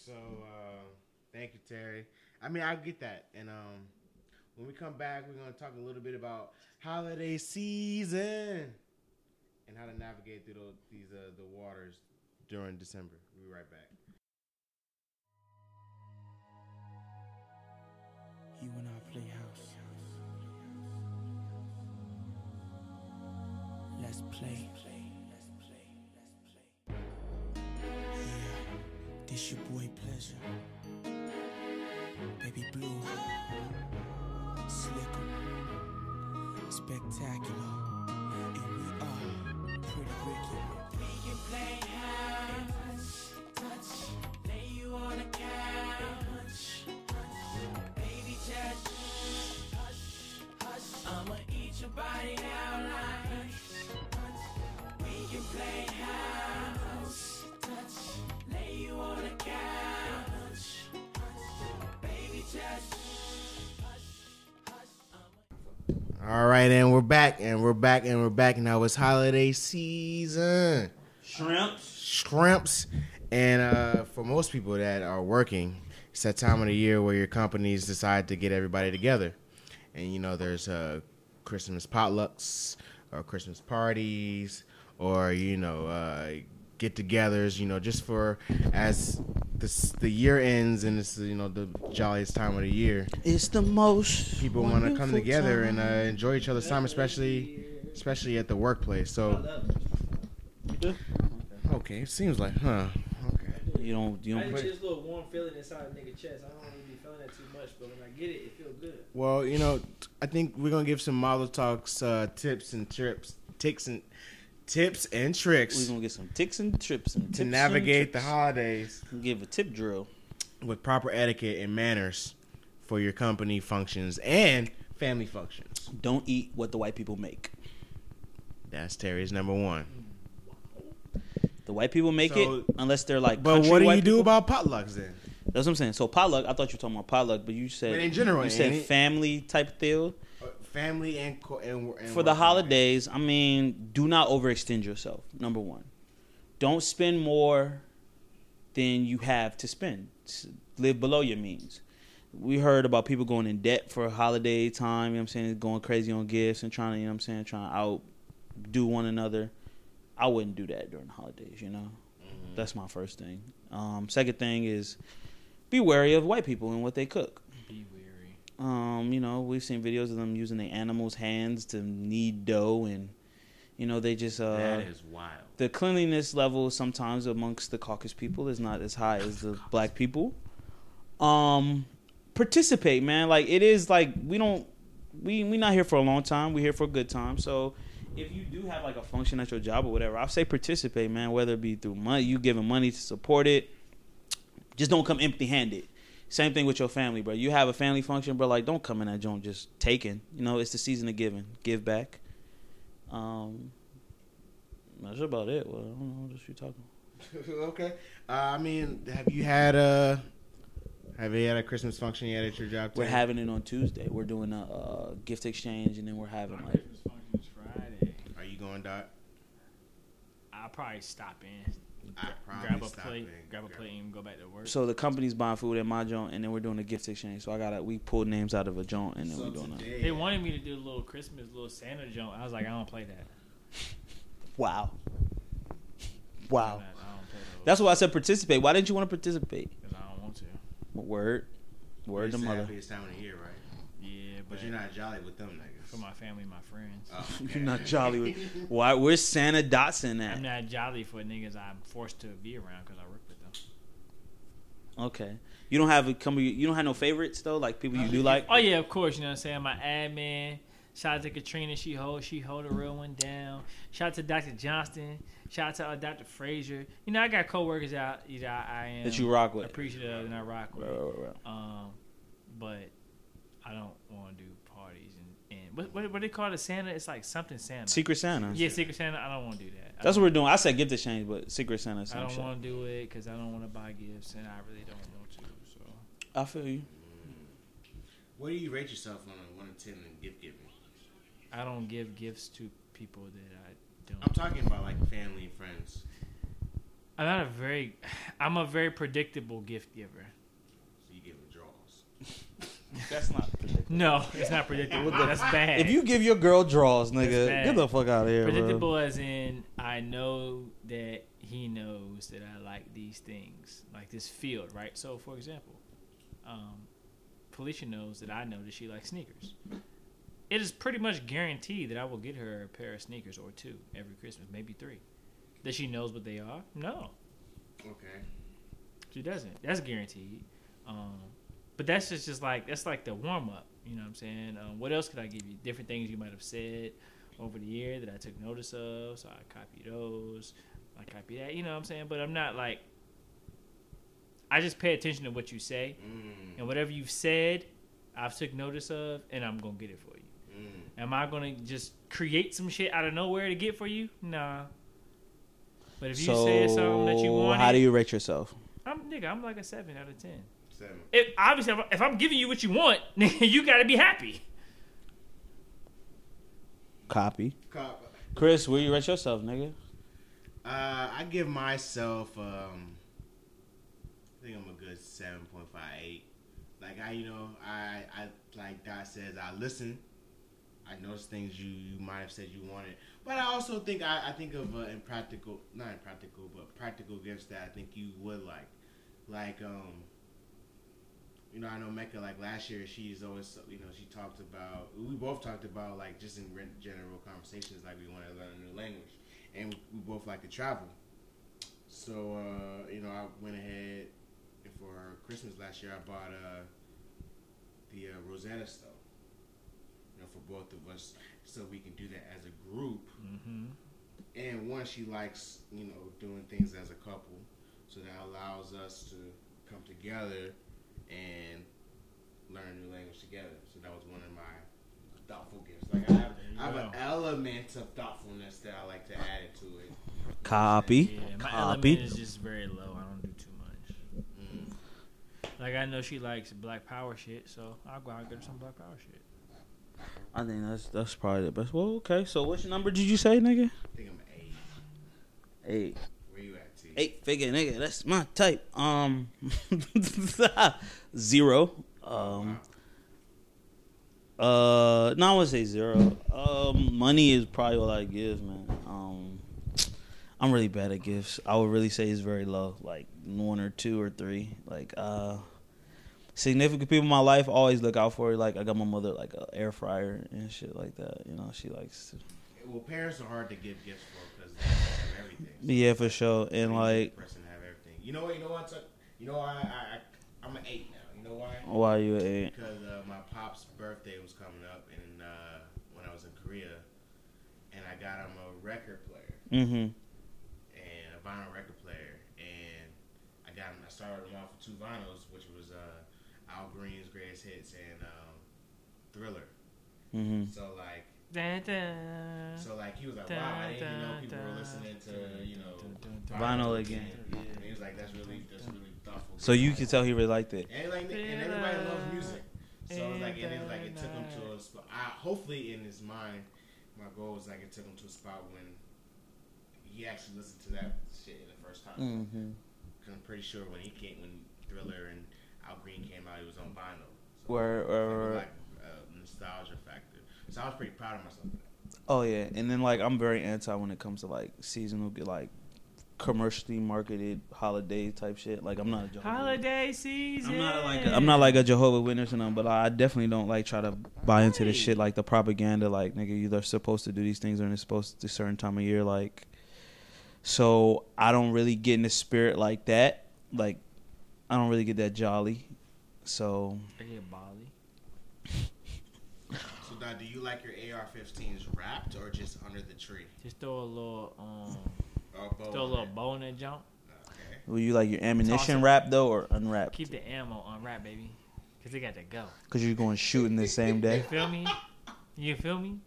[SPEAKER 2] So uh, thank you, Terry. I mean, I get that, and um, when we come back, we're gonna talk a little bit about holiday season and how to navigate through those, these uh, the waters during December. We'll be right back.
[SPEAKER 6] You and I play house. Let's play. Yeah, this your boy Pleasure. Baby Blue. Slicker. Spectacular. And we are pretty wicked. We can play house. Touch. Lay you on a couch. Baby, just hush, hush. I'ma eat your body out like we can play house. Touch, lay you on the couch. Baby, just hush, hush. I'ma
[SPEAKER 2] All right, and we're back, and we're back, and we're back. Now it's holiday season.
[SPEAKER 3] Shrimps.
[SPEAKER 2] Shrimps, and uh, for most people that are working, it's that time of the year where your companies decide to get everybody together, and you know there's uh, Christmas potlucks or Christmas parties or you know uh, get-togethers. You know, just for as this, the year ends and it's you know the jolliest time of the year
[SPEAKER 3] It's the most.
[SPEAKER 2] people want to come together and uh, enjoy each other's time, especially especially at the workplace. So okay, it seems like, huh? Okay.
[SPEAKER 3] You don't. You
[SPEAKER 7] I
[SPEAKER 3] don't.
[SPEAKER 7] just
[SPEAKER 3] Put,
[SPEAKER 7] get this little warm feeling inside a nigga chest. I don't really be feeling that too much, but when I get it, it feel good.
[SPEAKER 2] Well, you know, I think we're gonna give some model talks uh, tips and trips, ticks and tips and
[SPEAKER 3] we
[SPEAKER 2] tricks
[SPEAKER 3] gonna get some ticks and trips and tips
[SPEAKER 2] to
[SPEAKER 3] and
[SPEAKER 2] navigate the
[SPEAKER 3] trips.
[SPEAKER 2] holidays
[SPEAKER 3] Give a tip drill.
[SPEAKER 2] with proper etiquette and manners for your company functions and family functions.
[SPEAKER 3] Don't eat what the white people make.
[SPEAKER 2] That's Terry's number one.
[SPEAKER 3] The white people make
[SPEAKER 2] So-
[SPEAKER 3] it unless they're like.
[SPEAKER 2] But
[SPEAKER 3] country
[SPEAKER 2] what do
[SPEAKER 3] white
[SPEAKER 2] you do
[SPEAKER 3] people.
[SPEAKER 2] about potlucks then?
[SPEAKER 3] That's what I'm saying. So potluck. I thought you were talking about potluck, but you said
[SPEAKER 2] But in general,
[SPEAKER 3] you said
[SPEAKER 2] ain't it?
[SPEAKER 3] family type deal
[SPEAKER 2] Uh, Family and, co- and, and
[SPEAKER 3] for the
[SPEAKER 2] work-
[SPEAKER 3] holidays. I mean, do not overextend yourself. Number one, don't spend more than you have to spend. S- Live below your means. We heard about people going in debt for holiday time. You know what I'm saying? Going crazy on gifts and trying to, you know what I'm saying, trying to outdo one another. I wouldn't do that during the holidays. You know,
[SPEAKER 2] Mm-hmm.
[SPEAKER 3] that's my first thing. Um, second thing is be wary of white people and what they cook.
[SPEAKER 4] Be weary.
[SPEAKER 3] Um, you know, we've seen videos of them using the animals' hands to knead dough, and you know they just uh,
[SPEAKER 8] that is wild.
[SPEAKER 3] the cleanliness level sometimes amongst the caucus people is not as high as the black people. Um, participate, man. Like it is like we don't we we not here for a long time. We're here for a good time. So if you do have like a function at your job or whatever, I'll say participate, man. Whether it be through money, you giving money to support it. Just don't come empty handed. Same thing with your family, bro. You have a family function, bro. Like, don't come in that joint just taking. You know, it's the season of giving. Give back. Um, that's about it. Well, I don't know what else you talking.
[SPEAKER 2] okay. Uh, I mean, have you had a have you had a Christmas function yet at your job?
[SPEAKER 3] We're
[SPEAKER 2] Tim?
[SPEAKER 3] having it on Tuesday. We're doing a uh, gift exchange, and then we're having
[SPEAKER 4] My
[SPEAKER 3] like
[SPEAKER 4] Christmas function is Friday.
[SPEAKER 2] Are you going, Doc?
[SPEAKER 4] I'll probably stop in,
[SPEAKER 2] I
[SPEAKER 4] grab a
[SPEAKER 2] stop
[SPEAKER 4] plate,
[SPEAKER 2] and
[SPEAKER 4] grab a plate, and go back to work.
[SPEAKER 3] so the company's buying food at my joint, and then we're doing a gift exchange. So I got to we pulled names out of a joint, and then
[SPEAKER 2] So
[SPEAKER 3] we're doing a
[SPEAKER 2] today,
[SPEAKER 4] They wanted me to do a little Christmas, little Santa jump. I was like, I don't play that.
[SPEAKER 3] wow,
[SPEAKER 4] I
[SPEAKER 3] wow.
[SPEAKER 4] don't play those
[SPEAKER 3] That's why I said participate. Why didn't you want to participate?
[SPEAKER 4] 'cause I don't want to.
[SPEAKER 3] Word, word
[SPEAKER 2] it's
[SPEAKER 3] to
[SPEAKER 2] the
[SPEAKER 3] mother.
[SPEAKER 2] happiest time of the year, right?
[SPEAKER 4] Yeah,
[SPEAKER 2] But you're not jolly with them niggas.
[SPEAKER 4] for my family, my friends.
[SPEAKER 2] Oh,
[SPEAKER 3] You're not jolly. With, why we're Santa Dotson
[SPEAKER 4] I'm
[SPEAKER 3] at?
[SPEAKER 4] not jolly for niggas I'm forced to be around because I work with them.
[SPEAKER 3] Okay, you don't have a come. You don't have no favorites though, like people you do like.
[SPEAKER 4] Oh yeah, of course. You know what I'm saying? My admin. Shout out to Katrina. She hold she hold a real one down. Shout out to Dr. Johnston. Shout out to uh, Dr. Frazier. You know I got coworkers out you know, I am
[SPEAKER 3] That you rock with.
[SPEAKER 4] appreciative of and I rock with.
[SPEAKER 3] Right, right, right, right.
[SPEAKER 4] Um, but I don't want to do parties and, and what, what what they call the Santa? It's like something Santa.
[SPEAKER 3] Secret Santa.
[SPEAKER 4] yeah, Secret Santa. I don't want to do that. I
[SPEAKER 3] That's
[SPEAKER 4] don't-
[SPEAKER 3] what we're doing. I said gift exchange, but Secret Santa. is
[SPEAKER 4] I
[SPEAKER 3] Some
[SPEAKER 4] don't
[SPEAKER 3] shit.
[SPEAKER 4] want to do it because I don't want to buy gifts and I really don't want to. So
[SPEAKER 3] I feel you.
[SPEAKER 2] What do you rate yourself on a one to ten in gift giving?
[SPEAKER 4] I don't give gifts to people that I don't.
[SPEAKER 2] I'm talking about like family and friends.
[SPEAKER 4] I'm not a very, I'm a very predictable gift giver.
[SPEAKER 2] So you give them draws.
[SPEAKER 3] That's not.
[SPEAKER 4] No, it's not predictable. That's bad.
[SPEAKER 3] If you give your girl draws,
[SPEAKER 4] That's
[SPEAKER 3] nigga,
[SPEAKER 4] bad.
[SPEAKER 3] get the fuck out of here, bro.
[SPEAKER 4] predictable, as in I know that he knows that I like these things, like this field, right? So, for example, um, Felicia knows that I know that she likes sneakers. It is pretty much guaranteed that I will get her a pair of sneakers or two every Christmas, maybe three. That she knows what they are? No.
[SPEAKER 2] Okay.
[SPEAKER 4] She doesn't. That's guaranteed. Um, but that's just, just like that's like the warm up. You know what I'm saying? Um, what else could I give you? Different things you might have said over the year that I took notice of, so I copy those. I copy that. You know what I'm saying? But I'm not like. I just pay attention to what you say,
[SPEAKER 2] Mm,
[SPEAKER 3] Mm.
[SPEAKER 4] and whatever you've said, I've took notice of, and I'm gonna get it for you.
[SPEAKER 3] Mm.
[SPEAKER 4] Am I gonna just create some shit out of nowhere to get for you? Nah. But if you
[SPEAKER 3] so,
[SPEAKER 4] said something that you wanted,
[SPEAKER 3] how do you rate yourself?
[SPEAKER 4] I'm nigga. I'm like a seven out of ten.
[SPEAKER 2] Seven.
[SPEAKER 4] If obviously, if I'm giving you what you want, nigga, you gotta be happy.
[SPEAKER 3] Copy.
[SPEAKER 2] Cop.
[SPEAKER 3] Chris, where you rate yourself, nigga?
[SPEAKER 2] Uh, I give myself. Um, I think I'm a good seven point five eight. Like I, you know, I, I like Dot says, I listen. I notice things you, you might have said you wanted, but I also think I, I think of uh, impractical, not impractical, but practical gifts that I think you would like, like um. You know, I know Mecca. Like last year, she's always you know she talked about we both talked about like just in gen- general conversations like we want to learn a new language and we both like to travel. So uh, you know, I went ahead and for Christmas last year. I bought uh, the uh, Rosetta Stone, you know, for both of us, so we can do that as a group.
[SPEAKER 4] Mm-hmm.
[SPEAKER 2] And one, she likes you know doing things as a couple, so that allows us to come together and learn a new language together. So that was one of my thoughtful gifts. Like I have, I have an element of thoughtfulness that I like to add into it.
[SPEAKER 3] Copy.
[SPEAKER 4] Yeah, my
[SPEAKER 3] Copy.
[SPEAKER 4] element is just very low. I don't do too much. Mm. Like I know she likes black power shit, so I'll go out and get her some black power shit.
[SPEAKER 3] I think that's that's probably the best. Well, okay. So, which number did you say, nigga?
[SPEAKER 2] I think I'm an eight.
[SPEAKER 3] Eight.
[SPEAKER 2] Where you at, T?
[SPEAKER 3] Eight figure nigga. That's my type. Um, zero. Um. Uh, no, I would say zero. Um, money is probably all I give, man. Um, I'm really bad at gifts. I would really say it's very low, like one or two or three. Like, uh, significant people in my life always look out for it. Like, I got my mother like an air fryer and shit like that. You know, she likes. To,
[SPEAKER 2] Well, parents are hard to give gifts for because they have everything. So
[SPEAKER 3] yeah, for sure. And
[SPEAKER 2] you
[SPEAKER 3] like,
[SPEAKER 2] person have everything. You know what? You know what? You know why? I, I I'm an eight now. You know why?
[SPEAKER 3] why you at eight?
[SPEAKER 2] Because uh, my pop's birthday was coming up, and uh, when I was in Korea, and I got him a record player
[SPEAKER 3] Mm-hmm.
[SPEAKER 2] and a vinyl record player, and I got him. I started him off with two vinyls, which was uh, Al Green's greatest hits and um, Thriller.
[SPEAKER 3] Mm-hmm.
[SPEAKER 2] So like.
[SPEAKER 4] Dun, dun.
[SPEAKER 2] So like he was like, wow, I didn't even know people were listening to you know
[SPEAKER 3] Vinyl again.
[SPEAKER 2] Yeah, and he was like, that's really that's really thoughtful.
[SPEAKER 3] So you can tell he really liked it.
[SPEAKER 2] and like and everybody loves music. So it was like and it was like it took him to a spot. I, hopefully in his mind, my goal was like it took him to a spot when he actually listened to that shit the first time.
[SPEAKER 3] Mm-hmm.
[SPEAKER 2] 'Cause I'm pretty sure when he came when Thriller and Al Green came out, it was on vinyl. So
[SPEAKER 3] Where,
[SPEAKER 2] it
[SPEAKER 3] where,
[SPEAKER 2] was
[SPEAKER 3] where-
[SPEAKER 2] like a nostalgia factor. So I was pretty proud of myself. For that.
[SPEAKER 3] oh yeah, and then like I'm very anti when it comes to like seasonal, like commercially marketed holiday type shit. Like I'm not a Jehovah.
[SPEAKER 4] Holiday season.
[SPEAKER 3] I'm not like a, I'm not like a Jehovah Witness or nothing, but I definitely don't like try to buy into the shit like the propaganda. Like nigga, you are supposed to do these things or it's supposed to a certain time of year. Like, so I don't really get in the spirit like that. Like, I don't really get that jolly. So
[SPEAKER 4] I get Bali.
[SPEAKER 2] So now, do you like your AR-15s wrapped or just under the tree?
[SPEAKER 4] Just throw a little um,
[SPEAKER 2] Or both?
[SPEAKER 4] throw a little bow in that jump.
[SPEAKER 2] Okay.
[SPEAKER 3] Will you like your
[SPEAKER 4] Toss it.
[SPEAKER 3] ammunition wrapped though or unwrapped?
[SPEAKER 4] Keep the ammo unwrapped, baby, cause it got to go.
[SPEAKER 3] Because you're going shooting the same day.
[SPEAKER 4] Feel me? You feel me?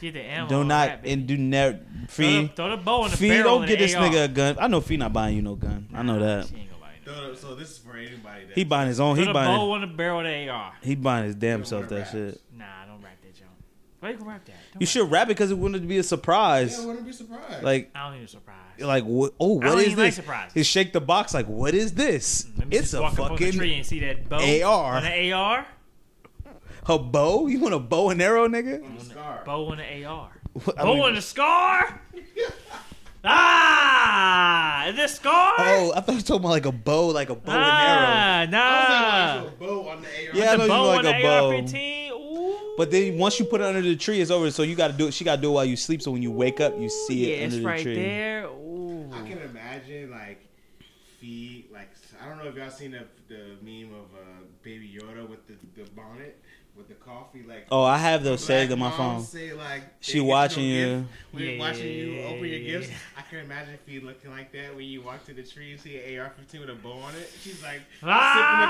[SPEAKER 4] Get the ammo.
[SPEAKER 3] do not
[SPEAKER 4] unwrapped, baby.
[SPEAKER 3] and do never
[SPEAKER 4] Throw the,
[SPEAKER 3] fee.
[SPEAKER 4] throw the bow in the
[SPEAKER 3] Fee,
[SPEAKER 4] barrel
[SPEAKER 3] don't
[SPEAKER 4] of
[SPEAKER 3] get
[SPEAKER 4] the
[SPEAKER 3] this
[SPEAKER 4] AR.
[SPEAKER 3] nigga a gun. I know Fee not buying you no gun. I know
[SPEAKER 4] Nah,
[SPEAKER 3] that.
[SPEAKER 4] she ain't gonna buy it.
[SPEAKER 2] So, so this is for anybody that
[SPEAKER 3] He buying his own.
[SPEAKER 4] Put
[SPEAKER 3] He
[SPEAKER 4] a
[SPEAKER 3] buying.
[SPEAKER 4] bow on the barrel of the AR.
[SPEAKER 3] He buying his damn
[SPEAKER 2] don't
[SPEAKER 3] self
[SPEAKER 2] wear
[SPEAKER 3] that
[SPEAKER 2] wraps.
[SPEAKER 3] shit.
[SPEAKER 4] Nah, don't wrap that junk. Why you gonna wrap that? Don't
[SPEAKER 3] You should wrap it because it wouldn't be a surprise.
[SPEAKER 2] Yeah, I wouldn't be surprised.
[SPEAKER 3] Like,
[SPEAKER 4] wrap- I don't even surprise.
[SPEAKER 3] like what? Oh,
[SPEAKER 4] I
[SPEAKER 3] what
[SPEAKER 4] don't
[SPEAKER 3] is
[SPEAKER 4] even like
[SPEAKER 3] this?
[SPEAKER 4] surprises.
[SPEAKER 3] He shake the box like, what is this?
[SPEAKER 4] Let me
[SPEAKER 3] It's
[SPEAKER 4] just
[SPEAKER 3] a
[SPEAKER 4] walk up on the tree
[SPEAKER 3] fucking
[SPEAKER 4] and see that bow
[SPEAKER 3] AR.
[SPEAKER 4] on the AR.
[SPEAKER 3] a bow. You want a bow and arrow, nigga?
[SPEAKER 2] on the scar.
[SPEAKER 4] Bow on the AR.
[SPEAKER 3] What- I don't
[SPEAKER 4] Bow on
[SPEAKER 3] even-
[SPEAKER 4] the scar. ah, is this scar?
[SPEAKER 3] Oh, I thought you were talking about like a bow, like a bow and arrow.
[SPEAKER 4] ah,
[SPEAKER 2] I
[SPEAKER 4] nah.
[SPEAKER 2] was like, oh, so a bow on the AR.
[SPEAKER 3] Yeah, I know
[SPEAKER 4] The
[SPEAKER 3] you
[SPEAKER 4] bow
[SPEAKER 3] like
[SPEAKER 4] on the
[SPEAKER 3] a bow.
[SPEAKER 4] AR-15. Ooh.
[SPEAKER 3] But then once you put it under the tree, it's over. So you got to do it. She got to do it while you sleep. So when you wake up, you see it
[SPEAKER 4] yeah,
[SPEAKER 3] under
[SPEAKER 4] it's
[SPEAKER 3] the
[SPEAKER 4] right
[SPEAKER 3] tree.
[SPEAKER 4] there. Ooh.
[SPEAKER 2] I can imagine like feet. Like I don't know if y'all seen the, the meme of uh, Baby Yoda with the, the bonnet with the coffee. Like
[SPEAKER 3] Oh, I have those
[SPEAKER 2] black
[SPEAKER 3] saved on my phone.
[SPEAKER 2] moms Say like
[SPEAKER 3] She
[SPEAKER 2] they get
[SPEAKER 3] watching
[SPEAKER 2] no
[SPEAKER 3] you.
[SPEAKER 2] gift. When
[SPEAKER 4] Yeah,
[SPEAKER 2] you're watching you
[SPEAKER 4] yeah,
[SPEAKER 2] open your
[SPEAKER 4] yeah,
[SPEAKER 2] gifts,
[SPEAKER 4] yeah.
[SPEAKER 2] I can imagine feet looking like that when you walk to the tree and see an AR-15 with a bow on it. She's like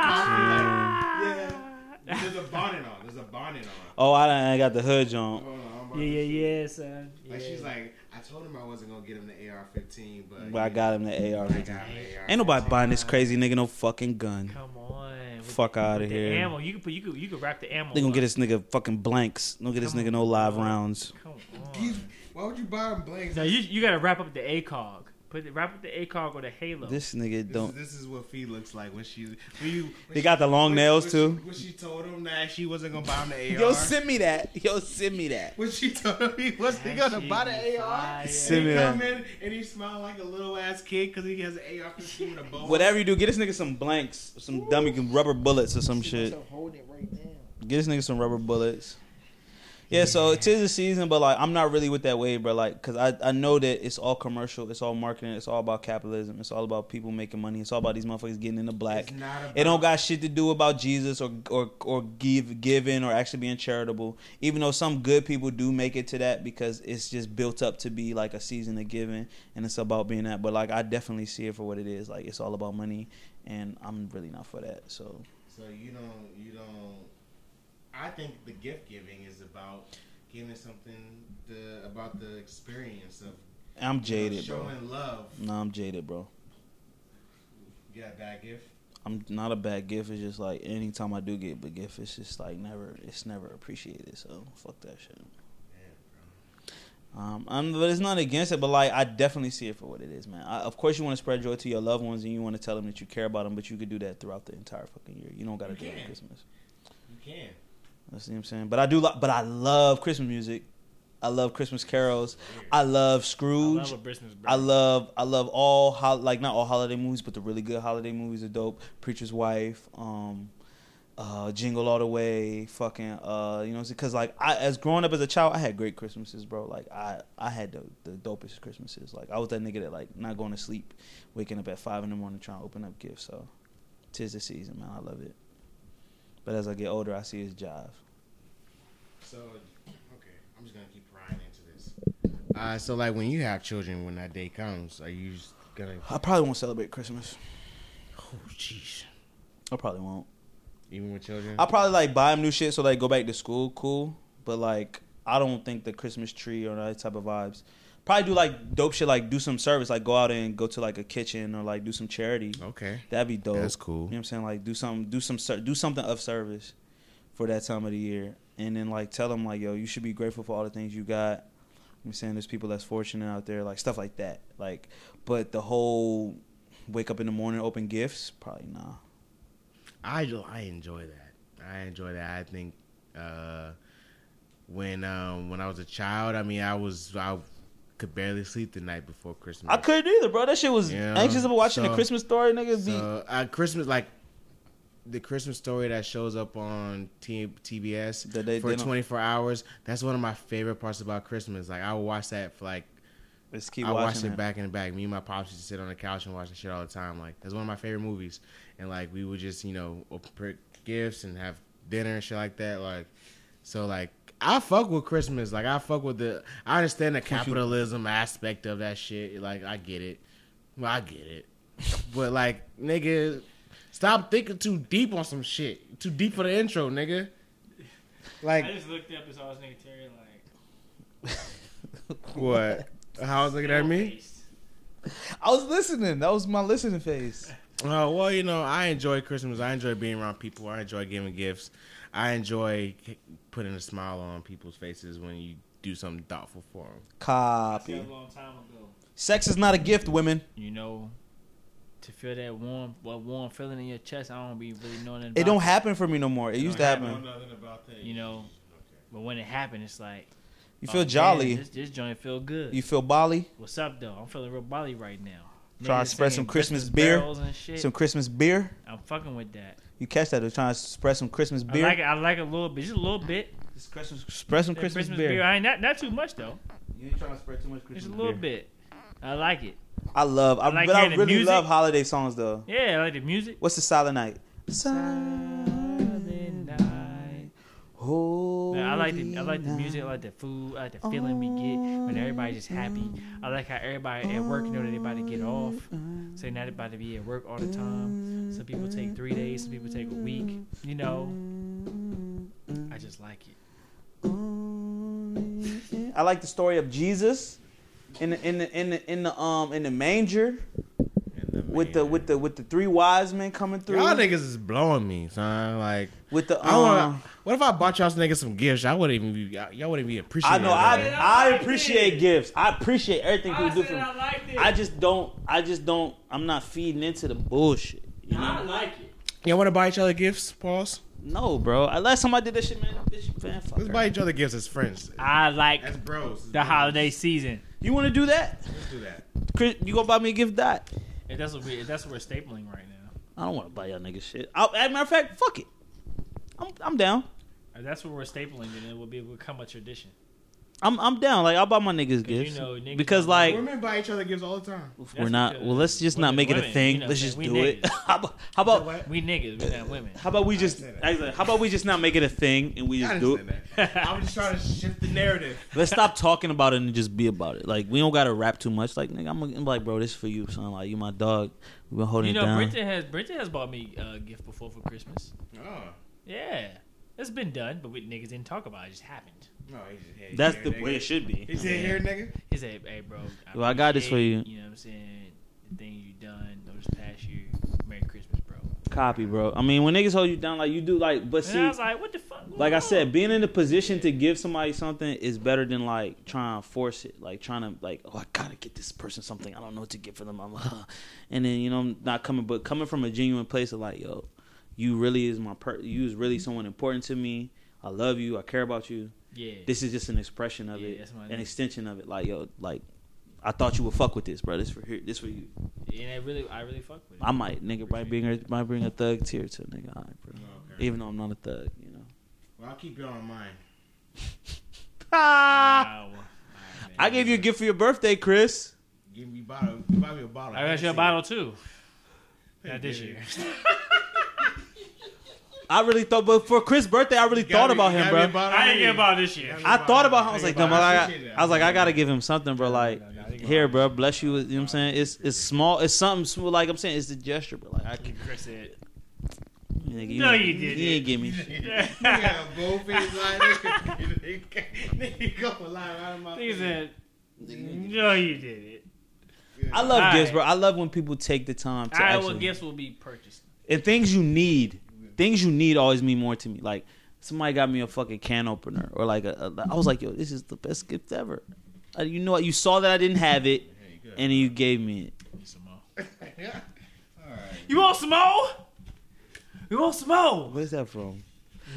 [SPEAKER 4] Ah!
[SPEAKER 2] sipping the coffee. Like, yeah. There's a bonnet on. There's a bonnet on.
[SPEAKER 3] Oh, I, done- I got the hood on.
[SPEAKER 2] Hold on, I'm about
[SPEAKER 4] Yeah,
[SPEAKER 2] to
[SPEAKER 4] yeah, yeah, son.
[SPEAKER 2] Like
[SPEAKER 4] Yeah.
[SPEAKER 2] she's like, I told him I wasn't gonna get him the AR-15, but,
[SPEAKER 3] But I got him the AR.
[SPEAKER 2] I got him the AR.
[SPEAKER 3] Ain't nobody buying this crazy nigga no fucking gun.
[SPEAKER 4] Come on. with
[SPEAKER 3] Fuck
[SPEAKER 4] the-
[SPEAKER 3] outta
[SPEAKER 4] with the
[SPEAKER 3] here.
[SPEAKER 4] ammo. You could put you could you could wrap the ammo.
[SPEAKER 3] They gonna get
[SPEAKER 4] up.
[SPEAKER 3] this nigga fucking blanks. Don't get this nigga no live rounds.
[SPEAKER 4] Come on.
[SPEAKER 9] He's, why would you buy him blanks?
[SPEAKER 4] Now you you gotta wrap up the ACOG. Put the, wrap up the ACOG or the Halo.
[SPEAKER 3] This nigga
[SPEAKER 2] This,
[SPEAKER 3] don't.
[SPEAKER 2] this is what Fee looks like when she when you
[SPEAKER 3] They got the long
[SPEAKER 2] when-
[SPEAKER 3] nails
[SPEAKER 2] when
[SPEAKER 3] too.
[SPEAKER 2] She, when she told him that she wasn't gonna buy him the AR.
[SPEAKER 3] Yo, send me that. Yo, send me that.
[SPEAKER 2] when she told him he wasn't gonna buy the AR.
[SPEAKER 3] Send me
[SPEAKER 2] he come
[SPEAKER 3] that.
[SPEAKER 2] in and he smiled like a little ass kid because he has an AR 15 with a bow.
[SPEAKER 3] Whatever you do, get this nigga some blanks, some dummy rubber bullets or some shit.
[SPEAKER 9] holding it right now.
[SPEAKER 3] Get this nigga some rubber bullets. Yeah, so tis the season, but like I'm not really with that wave, bro. Like, cause I, I know that it's all commercial, it's all marketing, it's all about capitalism, it's all about people making money, it's all about these motherfuckers getting in the black.
[SPEAKER 2] It's not
[SPEAKER 3] It don't got shit to do about Jesus or or or give giving or actually being charitable. Even though some good people do make it to that because it's just built up to be like a season of giving and it's about being that. But like I definitely see it for what it is. Like it's all about money, and I'm really not for that. So
[SPEAKER 2] So you don't you don't. I think the gift giving is about giving something the, about the experience of
[SPEAKER 3] I'm jaded, bro.
[SPEAKER 2] showing love.
[SPEAKER 3] No, I'm jaded, bro.
[SPEAKER 2] You got a bad gift.
[SPEAKER 3] I'm not a bad gift. It's just like anytime I do get a gift, it's just like never, it's never appreciated. So fuck that shit. Um, I'm, but it's not against it. But like, I definitely see it for what it is, man. I, of course, you want to spread joy to your loved ones, and you want to tell them that you care about them. But you could do that throughout the entire fucking year. You don't got to
[SPEAKER 2] You
[SPEAKER 3] do it on
[SPEAKER 2] can.
[SPEAKER 3] Christmas.
[SPEAKER 2] You can.
[SPEAKER 3] You see what I'm saying? But I do. Lo- but I love Christmas music. I love Christmas carols. I love Scrooge.
[SPEAKER 4] I love a Christmas.
[SPEAKER 3] I love I love all hol- like not all holiday movies, but the really good holiday movies are dope. Preacher's Wife, um, uh, Jingle All the Way, fucking uh, you know, because like I as growing up as a child, I had great Christmases, bro. Like I I had the the dopest Christmases. Like I was that nigga that like not going to sleep, waking up at five in the morning trying to open up gifts. So tis the season, man. I love it. But as I get older, I see it's jive.
[SPEAKER 2] So okay, I'm just gonna keep prying into this. Uh, so like when you have children, when that day comes, are you just gonna?
[SPEAKER 3] I probably won't celebrate Christmas.
[SPEAKER 2] Oh jeez.
[SPEAKER 3] I probably won't.
[SPEAKER 2] Even with children.
[SPEAKER 3] I'll probably like buy him new shit so like go back to school, cool. But like I don't think the Christmas tree or that type of vibes. Probably do like dope shit like do some service, like go out and go to like a kitchen or like do some charity.
[SPEAKER 2] okay.
[SPEAKER 3] That'd be dope.
[SPEAKER 5] That's cool.
[SPEAKER 3] You know what I'm saying? Like do some do some ser- do something of service for that time of the year. And then like tell them like, yo, you should be grateful for all the things you got. You know what I'm saying there's people that's fortunate out there, like stuff like that. Like but the whole wake up in the morning, open gifts, probably nah.
[SPEAKER 2] I I enjoy that. I enjoy that. I think uh, when um, when I was a child, I mean, I was I could barely sleep the night before Christmas.
[SPEAKER 3] I couldn't either, bro. That shit was
[SPEAKER 2] Yeah,
[SPEAKER 3] anxious about watching the
[SPEAKER 2] so-
[SPEAKER 3] Christmas story, nigga. Be
[SPEAKER 2] So uh, Christmas, like the Christmas story that shows up on T- TBS
[SPEAKER 3] That they-
[SPEAKER 2] for
[SPEAKER 3] they don't-
[SPEAKER 2] 24 hours. That's one of my favorite parts about Christmas. Like I watch that for like
[SPEAKER 3] Let's keep
[SPEAKER 2] I watched
[SPEAKER 3] watching
[SPEAKER 2] it
[SPEAKER 3] it.
[SPEAKER 2] back and back. Me and my pops used to sit on the couch and watch the shit all the time. Like that's one of my favorite movies. And like we would just you know open pri- gifts and have dinner and shit like that. Like so like I fuck with Christmas. Like I fuck with the. I understand the capitalism aspect of that shit. Like I get it. Well, I get it. but like nigga, stop thinking too deep on some shit. Too deep for the intro, nigga. Like
[SPEAKER 4] just looked up and saw this nigga Terry like.
[SPEAKER 2] what? How was looking at me?
[SPEAKER 3] I was listening. That was my listening phase.
[SPEAKER 2] Oh well, you know, I enjoy Christmas. I enjoy being around people. I enjoy giving gifts. I enjoy k- putting a smile on people's faces when you do something thoughtful for them.
[SPEAKER 3] Copy.
[SPEAKER 4] long time ago.
[SPEAKER 3] Sex is not a gift, women.
[SPEAKER 4] You know, to feel that warm, what warm feeling in your chest, I don't be really knowing.
[SPEAKER 3] It don't happen for me no more. It used to
[SPEAKER 2] I
[SPEAKER 3] happen.
[SPEAKER 2] know nothing about that.
[SPEAKER 4] You know, but when it happened, it's like
[SPEAKER 3] You
[SPEAKER 4] oh,
[SPEAKER 3] feel
[SPEAKER 4] man,
[SPEAKER 3] jolly.
[SPEAKER 4] This, this joint feel good.
[SPEAKER 3] You feel bolly.
[SPEAKER 4] What's up though? I'm feeling real bolly right now.
[SPEAKER 3] Trying to
[SPEAKER 4] Niggas
[SPEAKER 3] spread some
[SPEAKER 4] singing
[SPEAKER 3] Christmas beer,
[SPEAKER 4] barrels and shit.
[SPEAKER 3] Some Christmas beer.
[SPEAKER 4] I'm fucking with that.
[SPEAKER 3] You catch that? They're trying to spread some Christmas
[SPEAKER 4] I
[SPEAKER 3] beer.
[SPEAKER 4] like it. I like it a little bit, just a little bit.
[SPEAKER 3] Spread some
[SPEAKER 4] That
[SPEAKER 3] Christmas, beer.
[SPEAKER 4] I ain't not, not too much though.
[SPEAKER 3] You ain't trying to spread too much
[SPEAKER 4] Just a little bit. I like it.
[SPEAKER 3] I love. I,
[SPEAKER 4] I like
[SPEAKER 3] but I
[SPEAKER 4] hearing the
[SPEAKER 3] really
[SPEAKER 4] music.
[SPEAKER 3] love holiday songs though.
[SPEAKER 4] Yeah, I like the music.
[SPEAKER 3] What's the Silent Night? Silent
[SPEAKER 4] night.
[SPEAKER 3] Holy
[SPEAKER 4] Man, I like the I like the
[SPEAKER 3] night.
[SPEAKER 4] music, I like the food, I like the feeling we get when everybody's just happy. I like how everybody at work know that they about to get off, so they're not about to be at work all the time. Some people take three days, some people take a week. You know, I just like it.
[SPEAKER 3] I like the story of Jesus in the in the in the in the um in the manger.
[SPEAKER 2] In the
[SPEAKER 3] with the with the with the three wise men coming through.
[SPEAKER 5] Y'all niggas is blowing me, son. Like,
[SPEAKER 3] with the
[SPEAKER 5] I
[SPEAKER 3] um,
[SPEAKER 5] want. What if I bought y'all niggas some gifts? Y'all wouldn't even be. Y'all wouldn't be
[SPEAKER 3] I,
[SPEAKER 5] appreciative.
[SPEAKER 3] know
[SPEAKER 5] of
[SPEAKER 3] I
[SPEAKER 5] it.
[SPEAKER 3] I appreciate gifts. I appreciate everything people
[SPEAKER 4] I
[SPEAKER 3] do
[SPEAKER 4] said
[SPEAKER 3] for me.
[SPEAKER 4] I liked it.
[SPEAKER 3] I just don't. I just don't. I'm not feeding into the bullshit. You know?
[SPEAKER 4] I like it.
[SPEAKER 5] Y'all want to buy each other gifts? Pause.
[SPEAKER 3] No, bro. I- Last time I did that shit, man, bitch, man, fuck
[SPEAKER 5] Let's
[SPEAKER 3] her.
[SPEAKER 5] buy each other gifts as friends.
[SPEAKER 4] I like
[SPEAKER 2] That's bros.
[SPEAKER 4] the holiday season.
[SPEAKER 3] You want to do that?
[SPEAKER 2] Let's do that.
[SPEAKER 3] Chris, you gonna buy me a gift? Dot.
[SPEAKER 4] If that's what we, if that's what we're stapling right now.
[SPEAKER 3] I don't want to buy y'all niggas shit. I, as a matter of fact, fuck it. I'm I'm down.
[SPEAKER 4] If that's what we're stapling, then it will be it will become a tradition.
[SPEAKER 3] I'm I'm down. Like I'll buy my niggas
[SPEAKER 4] you
[SPEAKER 3] gifts
[SPEAKER 4] know niggas
[SPEAKER 3] because
[SPEAKER 4] don't-
[SPEAKER 3] like
[SPEAKER 2] Women buy each other gifts all the time.
[SPEAKER 3] we're
[SPEAKER 4] That's
[SPEAKER 3] not.
[SPEAKER 4] because
[SPEAKER 3] Well, let's just not
[SPEAKER 4] women-
[SPEAKER 3] make it a
[SPEAKER 4] women,
[SPEAKER 3] thing.
[SPEAKER 4] you know,
[SPEAKER 3] let's
[SPEAKER 4] man,
[SPEAKER 3] just
[SPEAKER 4] we
[SPEAKER 3] do it.
[SPEAKER 4] niggas.
[SPEAKER 3] how about how about
[SPEAKER 4] We niggas, we not women.
[SPEAKER 3] how about we just
[SPEAKER 2] understand that.
[SPEAKER 3] actually, how about we just not make it a thing and we
[SPEAKER 2] I
[SPEAKER 3] just do it.
[SPEAKER 2] understand that. I was just trying to shift the narrative.
[SPEAKER 3] Let's stop talking about it and just be about it. Like we don't gotta rap too much. Like nigga, I'm, I'm like, bro, this is for you, son. Like you my dog. We've been holding
[SPEAKER 4] You
[SPEAKER 3] it
[SPEAKER 4] know,
[SPEAKER 3] down.
[SPEAKER 4] Bridget has Bridget has bought me a gift before for Christmas.
[SPEAKER 2] Oh,
[SPEAKER 4] Yeah, it's been done, but we niggas didn't talk about it. It just happened.
[SPEAKER 2] no, he's just here.
[SPEAKER 3] That's
[SPEAKER 2] here,
[SPEAKER 3] the
[SPEAKER 2] nigga.
[SPEAKER 3] way it should be.
[SPEAKER 2] He's in here, nigga.
[SPEAKER 4] He said, "Hey, bro,
[SPEAKER 3] Well, I got this for you."
[SPEAKER 4] appreciate, You know what I'm saying? The thing you done over this past year. Merry Christmas, bro."
[SPEAKER 3] Copy, bro. I mean, when niggas hold you down like you do, like, but
[SPEAKER 4] and I
[SPEAKER 3] see,
[SPEAKER 4] was like, "What the fuck?" going
[SPEAKER 3] like I
[SPEAKER 4] on?"
[SPEAKER 3] said, being in the position to give somebody something is better than like trying to force it. Like trying to like, oh, I gotta get this person something. I don't know what to get for them. I'm, uh, and then you know, I'm not coming, but coming from a genuine place of like, yo, you really is my per, you is
[SPEAKER 4] Mm-hmm.
[SPEAKER 3] really someone important to me. I love you. I care about you.
[SPEAKER 4] yeah,
[SPEAKER 3] This is just an expression of
[SPEAKER 4] Yeah,
[SPEAKER 3] it,
[SPEAKER 4] that's what I
[SPEAKER 3] an
[SPEAKER 4] mean.
[SPEAKER 3] extension of it. Like yo, like. I thought you would fuck with this, bro. This for here. This for you.
[SPEAKER 4] and I really, I really fuck with it.
[SPEAKER 3] I might, nigga, might bring a, might bring a thug tear to a nigga. All right, bro.
[SPEAKER 2] Okay.
[SPEAKER 3] Even though I'm not a thug, you know.
[SPEAKER 2] Well, I'll keep y'all in mind.
[SPEAKER 3] Ah.
[SPEAKER 4] Wow.
[SPEAKER 3] I gave you a gift for your birthday, Chris.
[SPEAKER 2] Give me bottle. Buy me a bottle.
[SPEAKER 4] I got you a bottle too. Not this year.
[SPEAKER 3] I really thought, but for Chris' birthday, I really thought about him, bro.
[SPEAKER 4] I didn't get a bottle this year.
[SPEAKER 3] I thought about him. I was
[SPEAKER 2] You
[SPEAKER 3] like,
[SPEAKER 2] got me a
[SPEAKER 3] damn, I,
[SPEAKER 2] bottle.
[SPEAKER 3] got- I was like, I gotta give him something, bro. Like, here, bro, bless you. with- You know what I'm saying? It's it's small. It's something small. Like I'm saying, it's the gesture, but like, I can.
[SPEAKER 4] Chris said,
[SPEAKER 3] Nigga, you,
[SPEAKER 4] No,
[SPEAKER 3] ain't-
[SPEAKER 4] you didn't.
[SPEAKER 3] You ain't give me. shit.
[SPEAKER 2] You got both his lines. Nigga, go a line out of my
[SPEAKER 4] he
[SPEAKER 2] face.
[SPEAKER 4] said, "No, you did it."
[SPEAKER 3] I love
[SPEAKER 4] All
[SPEAKER 3] gifts,
[SPEAKER 4] right.
[SPEAKER 3] bro. I love when people take the time to
[SPEAKER 4] All right, well,
[SPEAKER 3] actually.
[SPEAKER 4] gifts will be purchased.
[SPEAKER 3] and things you need, things you need always mean more to me. Like somebody got me a fucking can opener, or like a, a I was like, yo, this is the best gift ever. Uh, you know what? You saw that I didn't have it, and you gave me it.
[SPEAKER 4] You want some more? You want some more?
[SPEAKER 3] What is that from?
[SPEAKER 4] You, know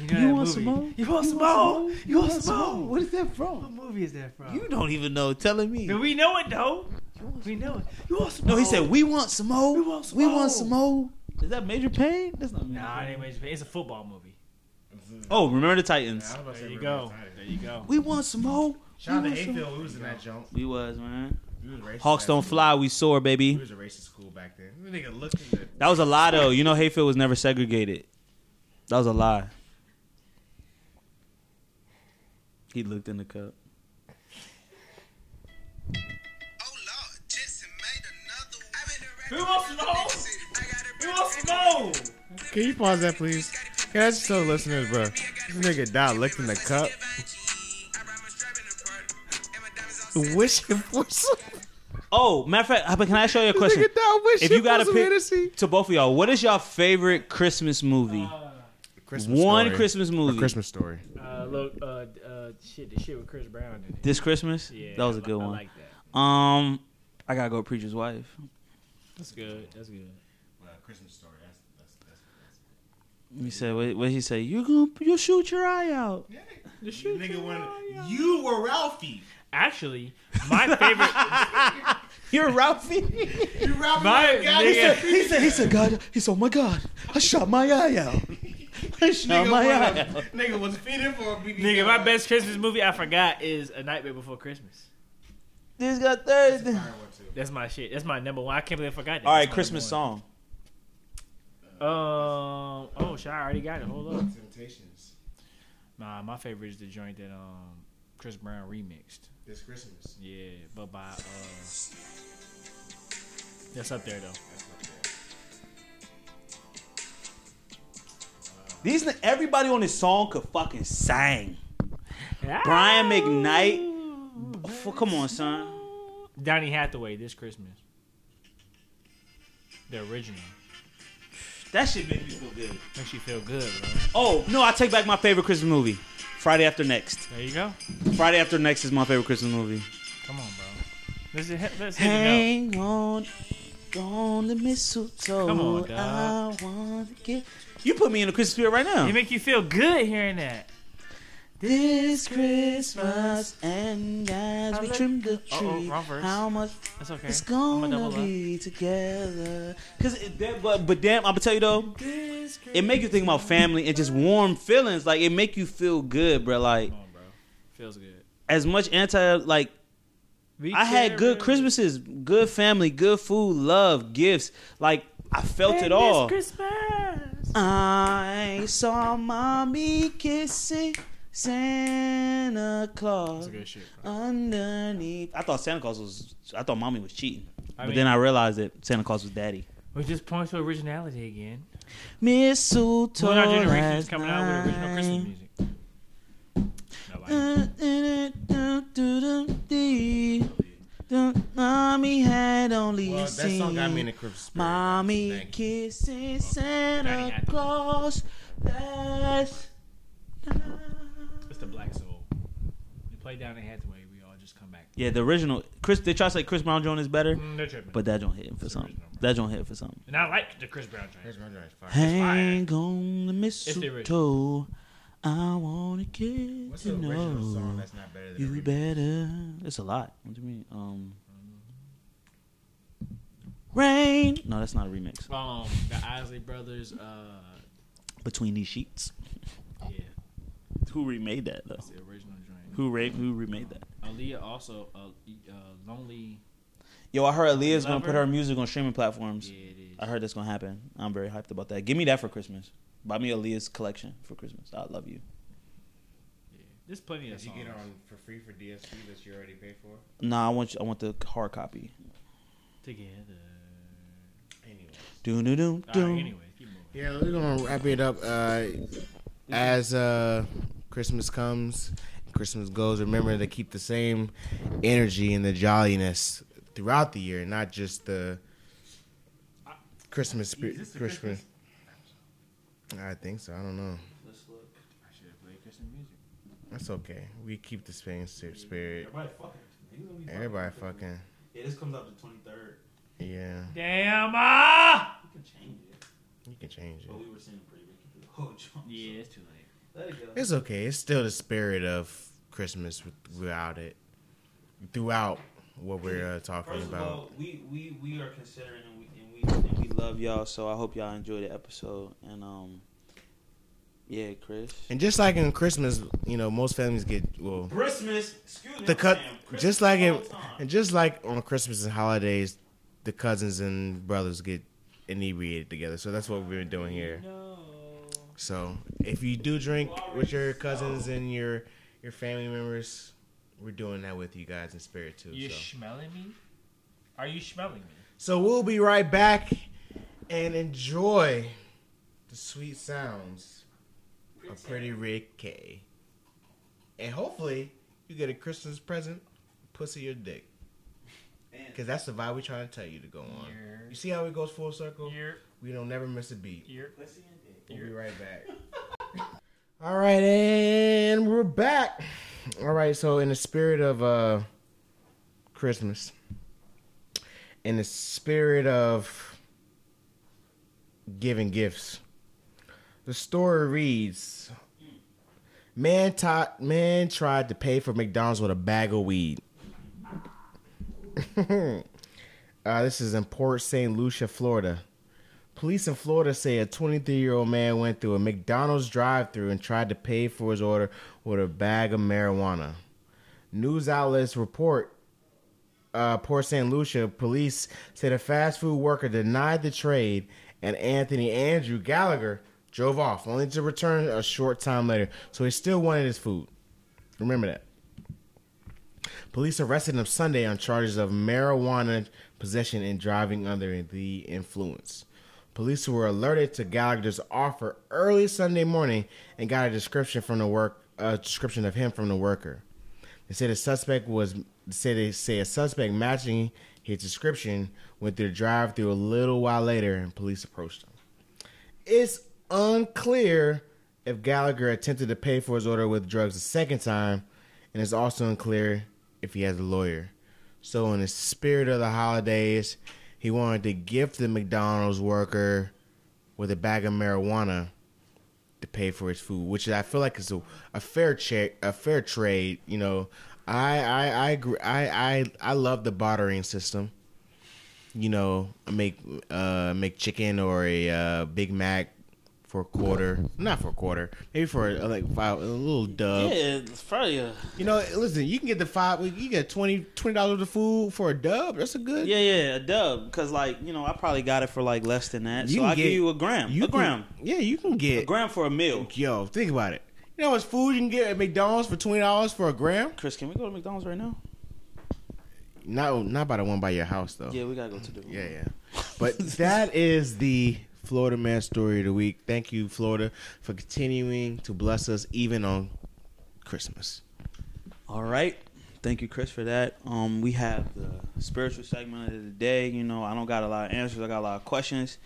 [SPEAKER 3] You
[SPEAKER 4] that
[SPEAKER 3] want
[SPEAKER 4] movie.
[SPEAKER 3] some more?
[SPEAKER 4] You want some more? You want some more?
[SPEAKER 3] What is that from?
[SPEAKER 4] What movie is that from?
[SPEAKER 3] You don't even know. Telling me.
[SPEAKER 4] Do we know it though? We know it. You want some
[SPEAKER 3] No, he
[SPEAKER 4] more?
[SPEAKER 3] said we want some more. We
[SPEAKER 4] want some more."
[SPEAKER 3] more. Is that Major Pain? That's not. Major
[SPEAKER 4] Nah,
[SPEAKER 3] Payne.
[SPEAKER 4] it ain't Major Payne. It's a football movie.
[SPEAKER 3] Oh, remember the Titans.
[SPEAKER 2] I Mm-hmm. was about to
[SPEAKER 4] There
[SPEAKER 2] say
[SPEAKER 4] you
[SPEAKER 2] we're
[SPEAKER 4] go.
[SPEAKER 2] excited.
[SPEAKER 4] There you go.
[SPEAKER 3] We want some more.
[SPEAKER 2] Shout out to
[SPEAKER 3] We want some-
[SPEAKER 2] Hayfield. We was in that jump.
[SPEAKER 3] We was man.
[SPEAKER 2] We was racist.
[SPEAKER 3] Hawks
[SPEAKER 2] back
[SPEAKER 3] don't
[SPEAKER 2] then.
[SPEAKER 3] fly. We soar,
[SPEAKER 2] We
[SPEAKER 3] baby.
[SPEAKER 2] was a racist school back then. That nigga looked at the
[SPEAKER 3] That was a lie, though. You know, Hayfield was never segregated. That was a lie. He looked in the cup.
[SPEAKER 4] We want some more? We want some more?
[SPEAKER 5] Can you pause that, please? Can I just tell the listeners, bro? This nigga died licked in the cup. Wishing for some.
[SPEAKER 3] Oh, matter of fact, but can I ask y'all a question?
[SPEAKER 5] Nigga died wishing
[SPEAKER 3] If you got
[SPEAKER 5] for
[SPEAKER 3] to
[SPEAKER 5] some
[SPEAKER 3] pick
[SPEAKER 5] Hennessy.
[SPEAKER 3] to both of y'all, what is y'all favorite Christmas movie? One
[SPEAKER 5] Story.
[SPEAKER 3] Christmas
[SPEAKER 5] A
[SPEAKER 3] movie.
[SPEAKER 5] Christmas story.
[SPEAKER 4] Uh, look, uh, uh, shit, the shit with Chris Brown in it.
[SPEAKER 3] This Christmas?
[SPEAKER 4] Yeah,
[SPEAKER 3] that was
[SPEAKER 4] I
[SPEAKER 3] a
[SPEAKER 4] li-
[SPEAKER 3] good
[SPEAKER 4] I
[SPEAKER 3] one.
[SPEAKER 4] like that.
[SPEAKER 3] um, I gotta go preacher's wife.
[SPEAKER 4] That's good. That's good.
[SPEAKER 2] well, Christmas story. That's that's that's.
[SPEAKER 3] He said, what, what he say? You gonna you shoot your eye out?
[SPEAKER 2] You nigga wanted, you were Ralphie.
[SPEAKER 4] Actually, my favorite.
[SPEAKER 3] You're Ralphie.
[SPEAKER 2] You Ralphie.
[SPEAKER 4] My nigga-
[SPEAKER 2] God, he said,
[SPEAKER 3] he said, he said, God, he said, oh my God, I shot my eye out. I shot
[SPEAKER 2] nigga,
[SPEAKER 3] my eye
[SPEAKER 2] wanted-
[SPEAKER 3] out.
[SPEAKER 2] nigga was feeding for a BB.
[SPEAKER 4] Nigga, my best Christmas movie I forgot is A Nightmare Before Christmas.
[SPEAKER 3] This got Thursday.
[SPEAKER 4] That's my shit. That's my number one. I can't believe I forgot that.
[SPEAKER 3] All right,
[SPEAKER 4] That's my
[SPEAKER 3] Christmas
[SPEAKER 4] number
[SPEAKER 3] song.
[SPEAKER 4] one. Um. Oh, shit, I already got it. Hold up.
[SPEAKER 2] Temptations.
[SPEAKER 4] Nah, my favorite is the joint that um Chris Brown remixed.
[SPEAKER 2] This Christmas.
[SPEAKER 4] Yeah, but by uh. That's up there though.
[SPEAKER 2] That's not bad.
[SPEAKER 3] These n- everybody on this song could fucking sing. Brian McKnight. F- come on, son.
[SPEAKER 4] Donny Hathaway. This Christmas. The original
[SPEAKER 3] That shit made me feel good.
[SPEAKER 4] makes you feel good, bro.
[SPEAKER 3] Oh no, I take back my favorite Christmas movie. Friday After Next.
[SPEAKER 4] There you go.
[SPEAKER 3] Friday After Next is my favorite Christmas movie.
[SPEAKER 4] Come on, bro. Let's hit, let's hit it up.
[SPEAKER 3] Hang on, on the mistletoe.
[SPEAKER 4] Come on, dog.
[SPEAKER 3] I want to get. You put me in the Christmas spirit right now.
[SPEAKER 4] It make you feel good hearing that.
[SPEAKER 3] This Christmas, and as we
[SPEAKER 4] Hello.
[SPEAKER 3] trim the
[SPEAKER 4] Uh-oh,
[SPEAKER 3] tree,
[SPEAKER 4] wrong verse.
[SPEAKER 3] how much
[SPEAKER 4] That's okay.
[SPEAKER 3] it's
[SPEAKER 4] I'm
[SPEAKER 3] gonna
[SPEAKER 4] double up.
[SPEAKER 3] be together? Cause it, that, but, but damn, I'm gonna tell you though, it make you think about family and just warm feelings. Like it make you feel good, bro. Like
[SPEAKER 4] Come on, bro. Feels good.
[SPEAKER 3] as much anti like I had good Christmases, good family, good food, love, gifts. Like I felt it all.
[SPEAKER 4] Christmas.
[SPEAKER 3] I saw mommy kissing Santa Claus
[SPEAKER 4] That's good shit. Bro.
[SPEAKER 3] underneath. I thought Santa Claus was. I thought mommy was cheating,
[SPEAKER 4] I
[SPEAKER 3] but
[SPEAKER 4] mean-
[SPEAKER 3] then I realized that Santa Claus was daddy.
[SPEAKER 4] Which just points to originality again.
[SPEAKER 3] Mistletoe.
[SPEAKER 4] When our generation
[SPEAKER 3] last
[SPEAKER 4] is coming out with original Christmas
[SPEAKER 3] night.
[SPEAKER 4] music. Nobody.
[SPEAKER 3] The mommy had only
[SPEAKER 2] Well, that
[SPEAKER 3] seen
[SPEAKER 2] song got me in the Christmas spirit.
[SPEAKER 3] mommy
[SPEAKER 2] Thank you.
[SPEAKER 3] kissing Santa Claus last night.
[SPEAKER 4] It's the Black Soul. We play down the Hathaway. We all just come back.
[SPEAKER 3] Yeah, the original Chris. They try to say Chris Brown joint is
[SPEAKER 2] Mm-hmm.
[SPEAKER 3] better,
[SPEAKER 4] Mm, they're tripping.
[SPEAKER 3] but that don't hit for something. That don't hit for something.
[SPEAKER 4] and I like the Chris Brown
[SPEAKER 2] Here's
[SPEAKER 4] track.
[SPEAKER 2] my joint, fire.
[SPEAKER 3] Hang on the
[SPEAKER 4] the original.
[SPEAKER 3] mistletoe. I wanna get
[SPEAKER 2] What's the
[SPEAKER 3] to
[SPEAKER 2] original song
[SPEAKER 3] know
[SPEAKER 2] that's not better than
[SPEAKER 3] you
[SPEAKER 2] the remix?
[SPEAKER 3] better. It's a lot. What do you mean? Um,
[SPEAKER 2] Mm-hmm.
[SPEAKER 3] rain. No, that's not a remix.
[SPEAKER 4] Um, the Isley Brothers. Uh,
[SPEAKER 3] Between these sheets.
[SPEAKER 4] yeah,
[SPEAKER 3] Who remade that though?
[SPEAKER 4] it's the original joint.
[SPEAKER 3] Who re- who remade that?
[SPEAKER 4] Aaliyah also uh, uh, lonely.
[SPEAKER 3] Yo, I heard Aaliyah's gonna put
[SPEAKER 4] Lover?
[SPEAKER 3] her music on streaming platforms.
[SPEAKER 4] Yeah, it is.
[SPEAKER 3] I heard that's gonna happen. I'm very hyped about that. Give me that for Christmas. Buy me Aaliyah's collection for Christmas. I love you.
[SPEAKER 4] Yeah. There's plenty of
[SPEAKER 2] Did you
[SPEAKER 4] songs.
[SPEAKER 2] get on for free for DSP that you already paid for?
[SPEAKER 3] Nah, I want you, I want the hard copy.
[SPEAKER 4] Together.
[SPEAKER 2] Anyway.
[SPEAKER 3] Do do do
[SPEAKER 4] All right,
[SPEAKER 3] do.
[SPEAKER 4] anyway, keep moving.
[SPEAKER 2] Yeah, we're gonna wrap it up. Uh, as uh, Christmas comes, Christmas goes. Remember to keep the same energy and the jolliness throughout the year, not just the Christmas spirit. Christmas. I think so. I don't know.
[SPEAKER 4] I should have played Christian music.
[SPEAKER 2] That's okay. We keep the same si- spirit.
[SPEAKER 3] Everybody fucking.
[SPEAKER 2] Everybody fucking.
[SPEAKER 3] Yeah, this comes out the 23rd.
[SPEAKER 2] Yeah,
[SPEAKER 4] Damn. Ah!
[SPEAKER 3] You can change it,
[SPEAKER 2] you can change it.
[SPEAKER 3] we were singing pretty wicked through the whole joint.
[SPEAKER 4] Yeah, it's too late.
[SPEAKER 10] There you go.
[SPEAKER 2] It's okay. It's still the spirit of Christmas without it. Throughout what we're uh, talking
[SPEAKER 3] First of
[SPEAKER 2] about.
[SPEAKER 3] all, we, we, we are considering and we, and we and we love y'all, so I hope y'all enjoy the episode. And um, yeah, Chris.
[SPEAKER 2] And just like in Christmas, you know, most families get well
[SPEAKER 3] Christmas, excuse me.
[SPEAKER 2] the
[SPEAKER 3] I'm
[SPEAKER 2] cut
[SPEAKER 3] saying Christmas
[SPEAKER 2] just like
[SPEAKER 3] all
[SPEAKER 2] in
[SPEAKER 3] the time.
[SPEAKER 2] and just like on Christmas and holidays, the cousins and brothers get inebriated together. So that's what we've been doing here. So if you do drink with your cousins and your your family members, we're doing that with you guys in spirit too.
[SPEAKER 4] You
[SPEAKER 2] so.
[SPEAKER 4] smelling me? Are you smelling me?
[SPEAKER 2] So we'll be right back and enjoy the sweet sounds of Pretty Rick K. And hopefully you get a Christmas present, pussy your dick. Because that's the vibe we're trying to tell you to go on.
[SPEAKER 4] Yeah.
[SPEAKER 2] You see how it goes full circle?
[SPEAKER 4] You're,
[SPEAKER 2] We don't never miss a beat.
[SPEAKER 4] you're.
[SPEAKER 2] We'll be right back. All right, and we're back. All right, so in the spirit of uh Christmas, in the spirit of giving gifts, the story reads: Man, ti- man tried to pay for McDonald's with a bag of weed. uh, this is in Port St. Lucia, Florida. Police in Florida say a 23 year old man went through a McDonald's drive thru and tried to pay for his order with a bag of marijuana. News outlets report uh, Port St. Lucia police said a fast food worker denied the trade and Anthony Andrew Gallagher drove off, only to return a short time later. So he still wanted his food. Remember that. Police arrested him Sunday on charges of marijuana possession and driving under the influence. Police were alerted to Gallagher's offer early Sunday morning and got a description from the work a description of him from the worker. They said a suspect was said they say a suspect matching his description went through the drive-through a little while later, and police approached him. It's unclear if Gallagher attempted to pay for his order with drugs a second time, and it's also unclear if he has a lawyer. So, in the spirit of the holidays, he wanted to gift the McDonald's worker with a bag of marijuana to pay for his food, which I feel like is a, a fair cha- a fair trade. You know, I I I agree. I I I love the bartering system. You know, make uh make chicken or a uh, Big Mac for a quarter, not for a quarter, maybe for a, like five, a little dub.
[SPEAKER 3] Yeah, it's probably a
[SPEAKER 2] You know, listen, you can get the five, you get 20 dollars worth of food for a dub. That's a good.
[SPEAKER 3] yeah, yeah, a dub. Cause like you know, I probably got it for like less than that. so
[SPEAKER 2] can
[SPEAKER 3] I
[SPEAKER 2] get-
[SPEAKER 3] give you a gram,
[SPEAKER 2] you
[SPEAKER 3] a
[SPEAKER 2] can-
[SPEAKER 3] gram,
[SPEAKER 2] Yeah, you can
[SPEAKER 3] a
[SPEAKER 2] get.
[SPEAKER 3] gram for a meal.
[SPEAKER 2] Yo, think about it. You know how much food you can get at McDonald's for twenty dollars for a gram?
[SPEAKER 3] Chris, can we go to McDonald's right now?
[SPEAKER 2] Not not by the one by your house though.
[SPEAKER 3] Yeah, we gotta go to the.
[SPEAKER 2] yeah. yeah. But that is the Florida Man story of the week. Thank you, Florida, for continuing to bless us even on Christmas.
[SPEAKER 3] All right. Thank you, Chris, for that. Um, we have the spiritual segment of the day. You know, I don't got a lot of answers. I got a lot of questions,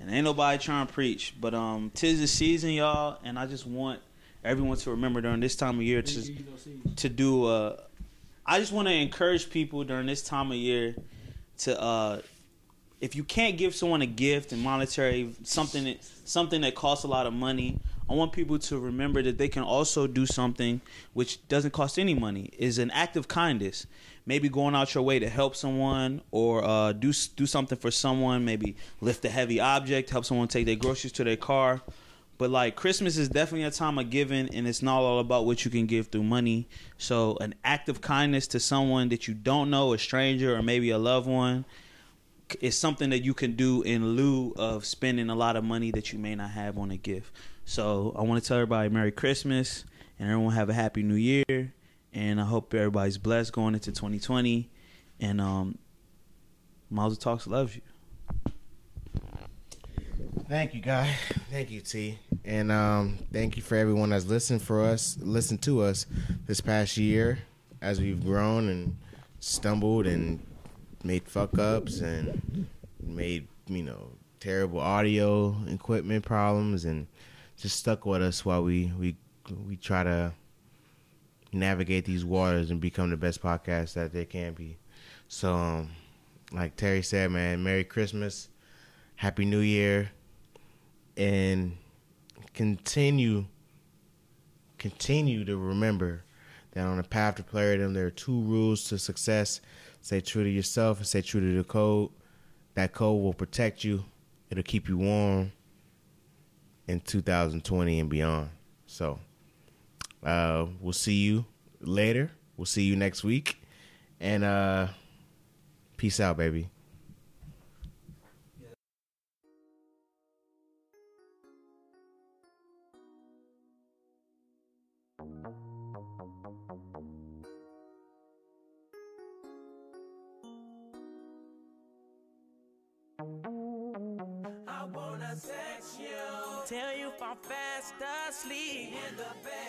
[SPEAKER 3] and ain't nobody trying to preach. But um, tis the season, y'all, and I just want everyone to remember during this time of year to to do. Uh, I just want to encourage people during this time of year to, uh, if you can't give someone a gift and monetary something that, something that costs a lot of money, I want people to remember that they can also do something which doesn't cost any money. Is an act of kindness, maybe going out your way to help someone or uh, do s- do something for someone. Maybe lift a heavy object, help someone take their groceries to their car. But like Christmas is definitely a time of giving, and it's not all about what you can give through money. So an act of kindness to someone that you don't know, a stranger or maybe a loved one, c- is something that you can do in lieu of spending a lot of money that you may not have on a gift. So I want to tell everybody Merry Christmas, and everyone have a Happy New Year, and I hope everybody's blessed going into 2020. And um, Miles Talks loves you.
[SPEAKER 2] Thank you, guy. Thank you, T. And um, thank you for everyone that's listened for us, listened to us this past year as we've grown and stumbled and made fuck ups and made you know terrible audio equipment problems and just stuck with us while we we we try to navigate these waters and become the best podcast that they can be. So, um, like Terry said, man, Merry Christmas, Happy New Year and continue continue to remember that on the path to playerdom there are two rules to success stay true to yourself and stay true to the code that code will protect you it'll keep you warm in 2020 and beyond so uh we'll see you later we'll see you next week and uh peace out baby
[SPEAKER 6] I wanna text you. Tell you if I'm fast asleep. In the bed.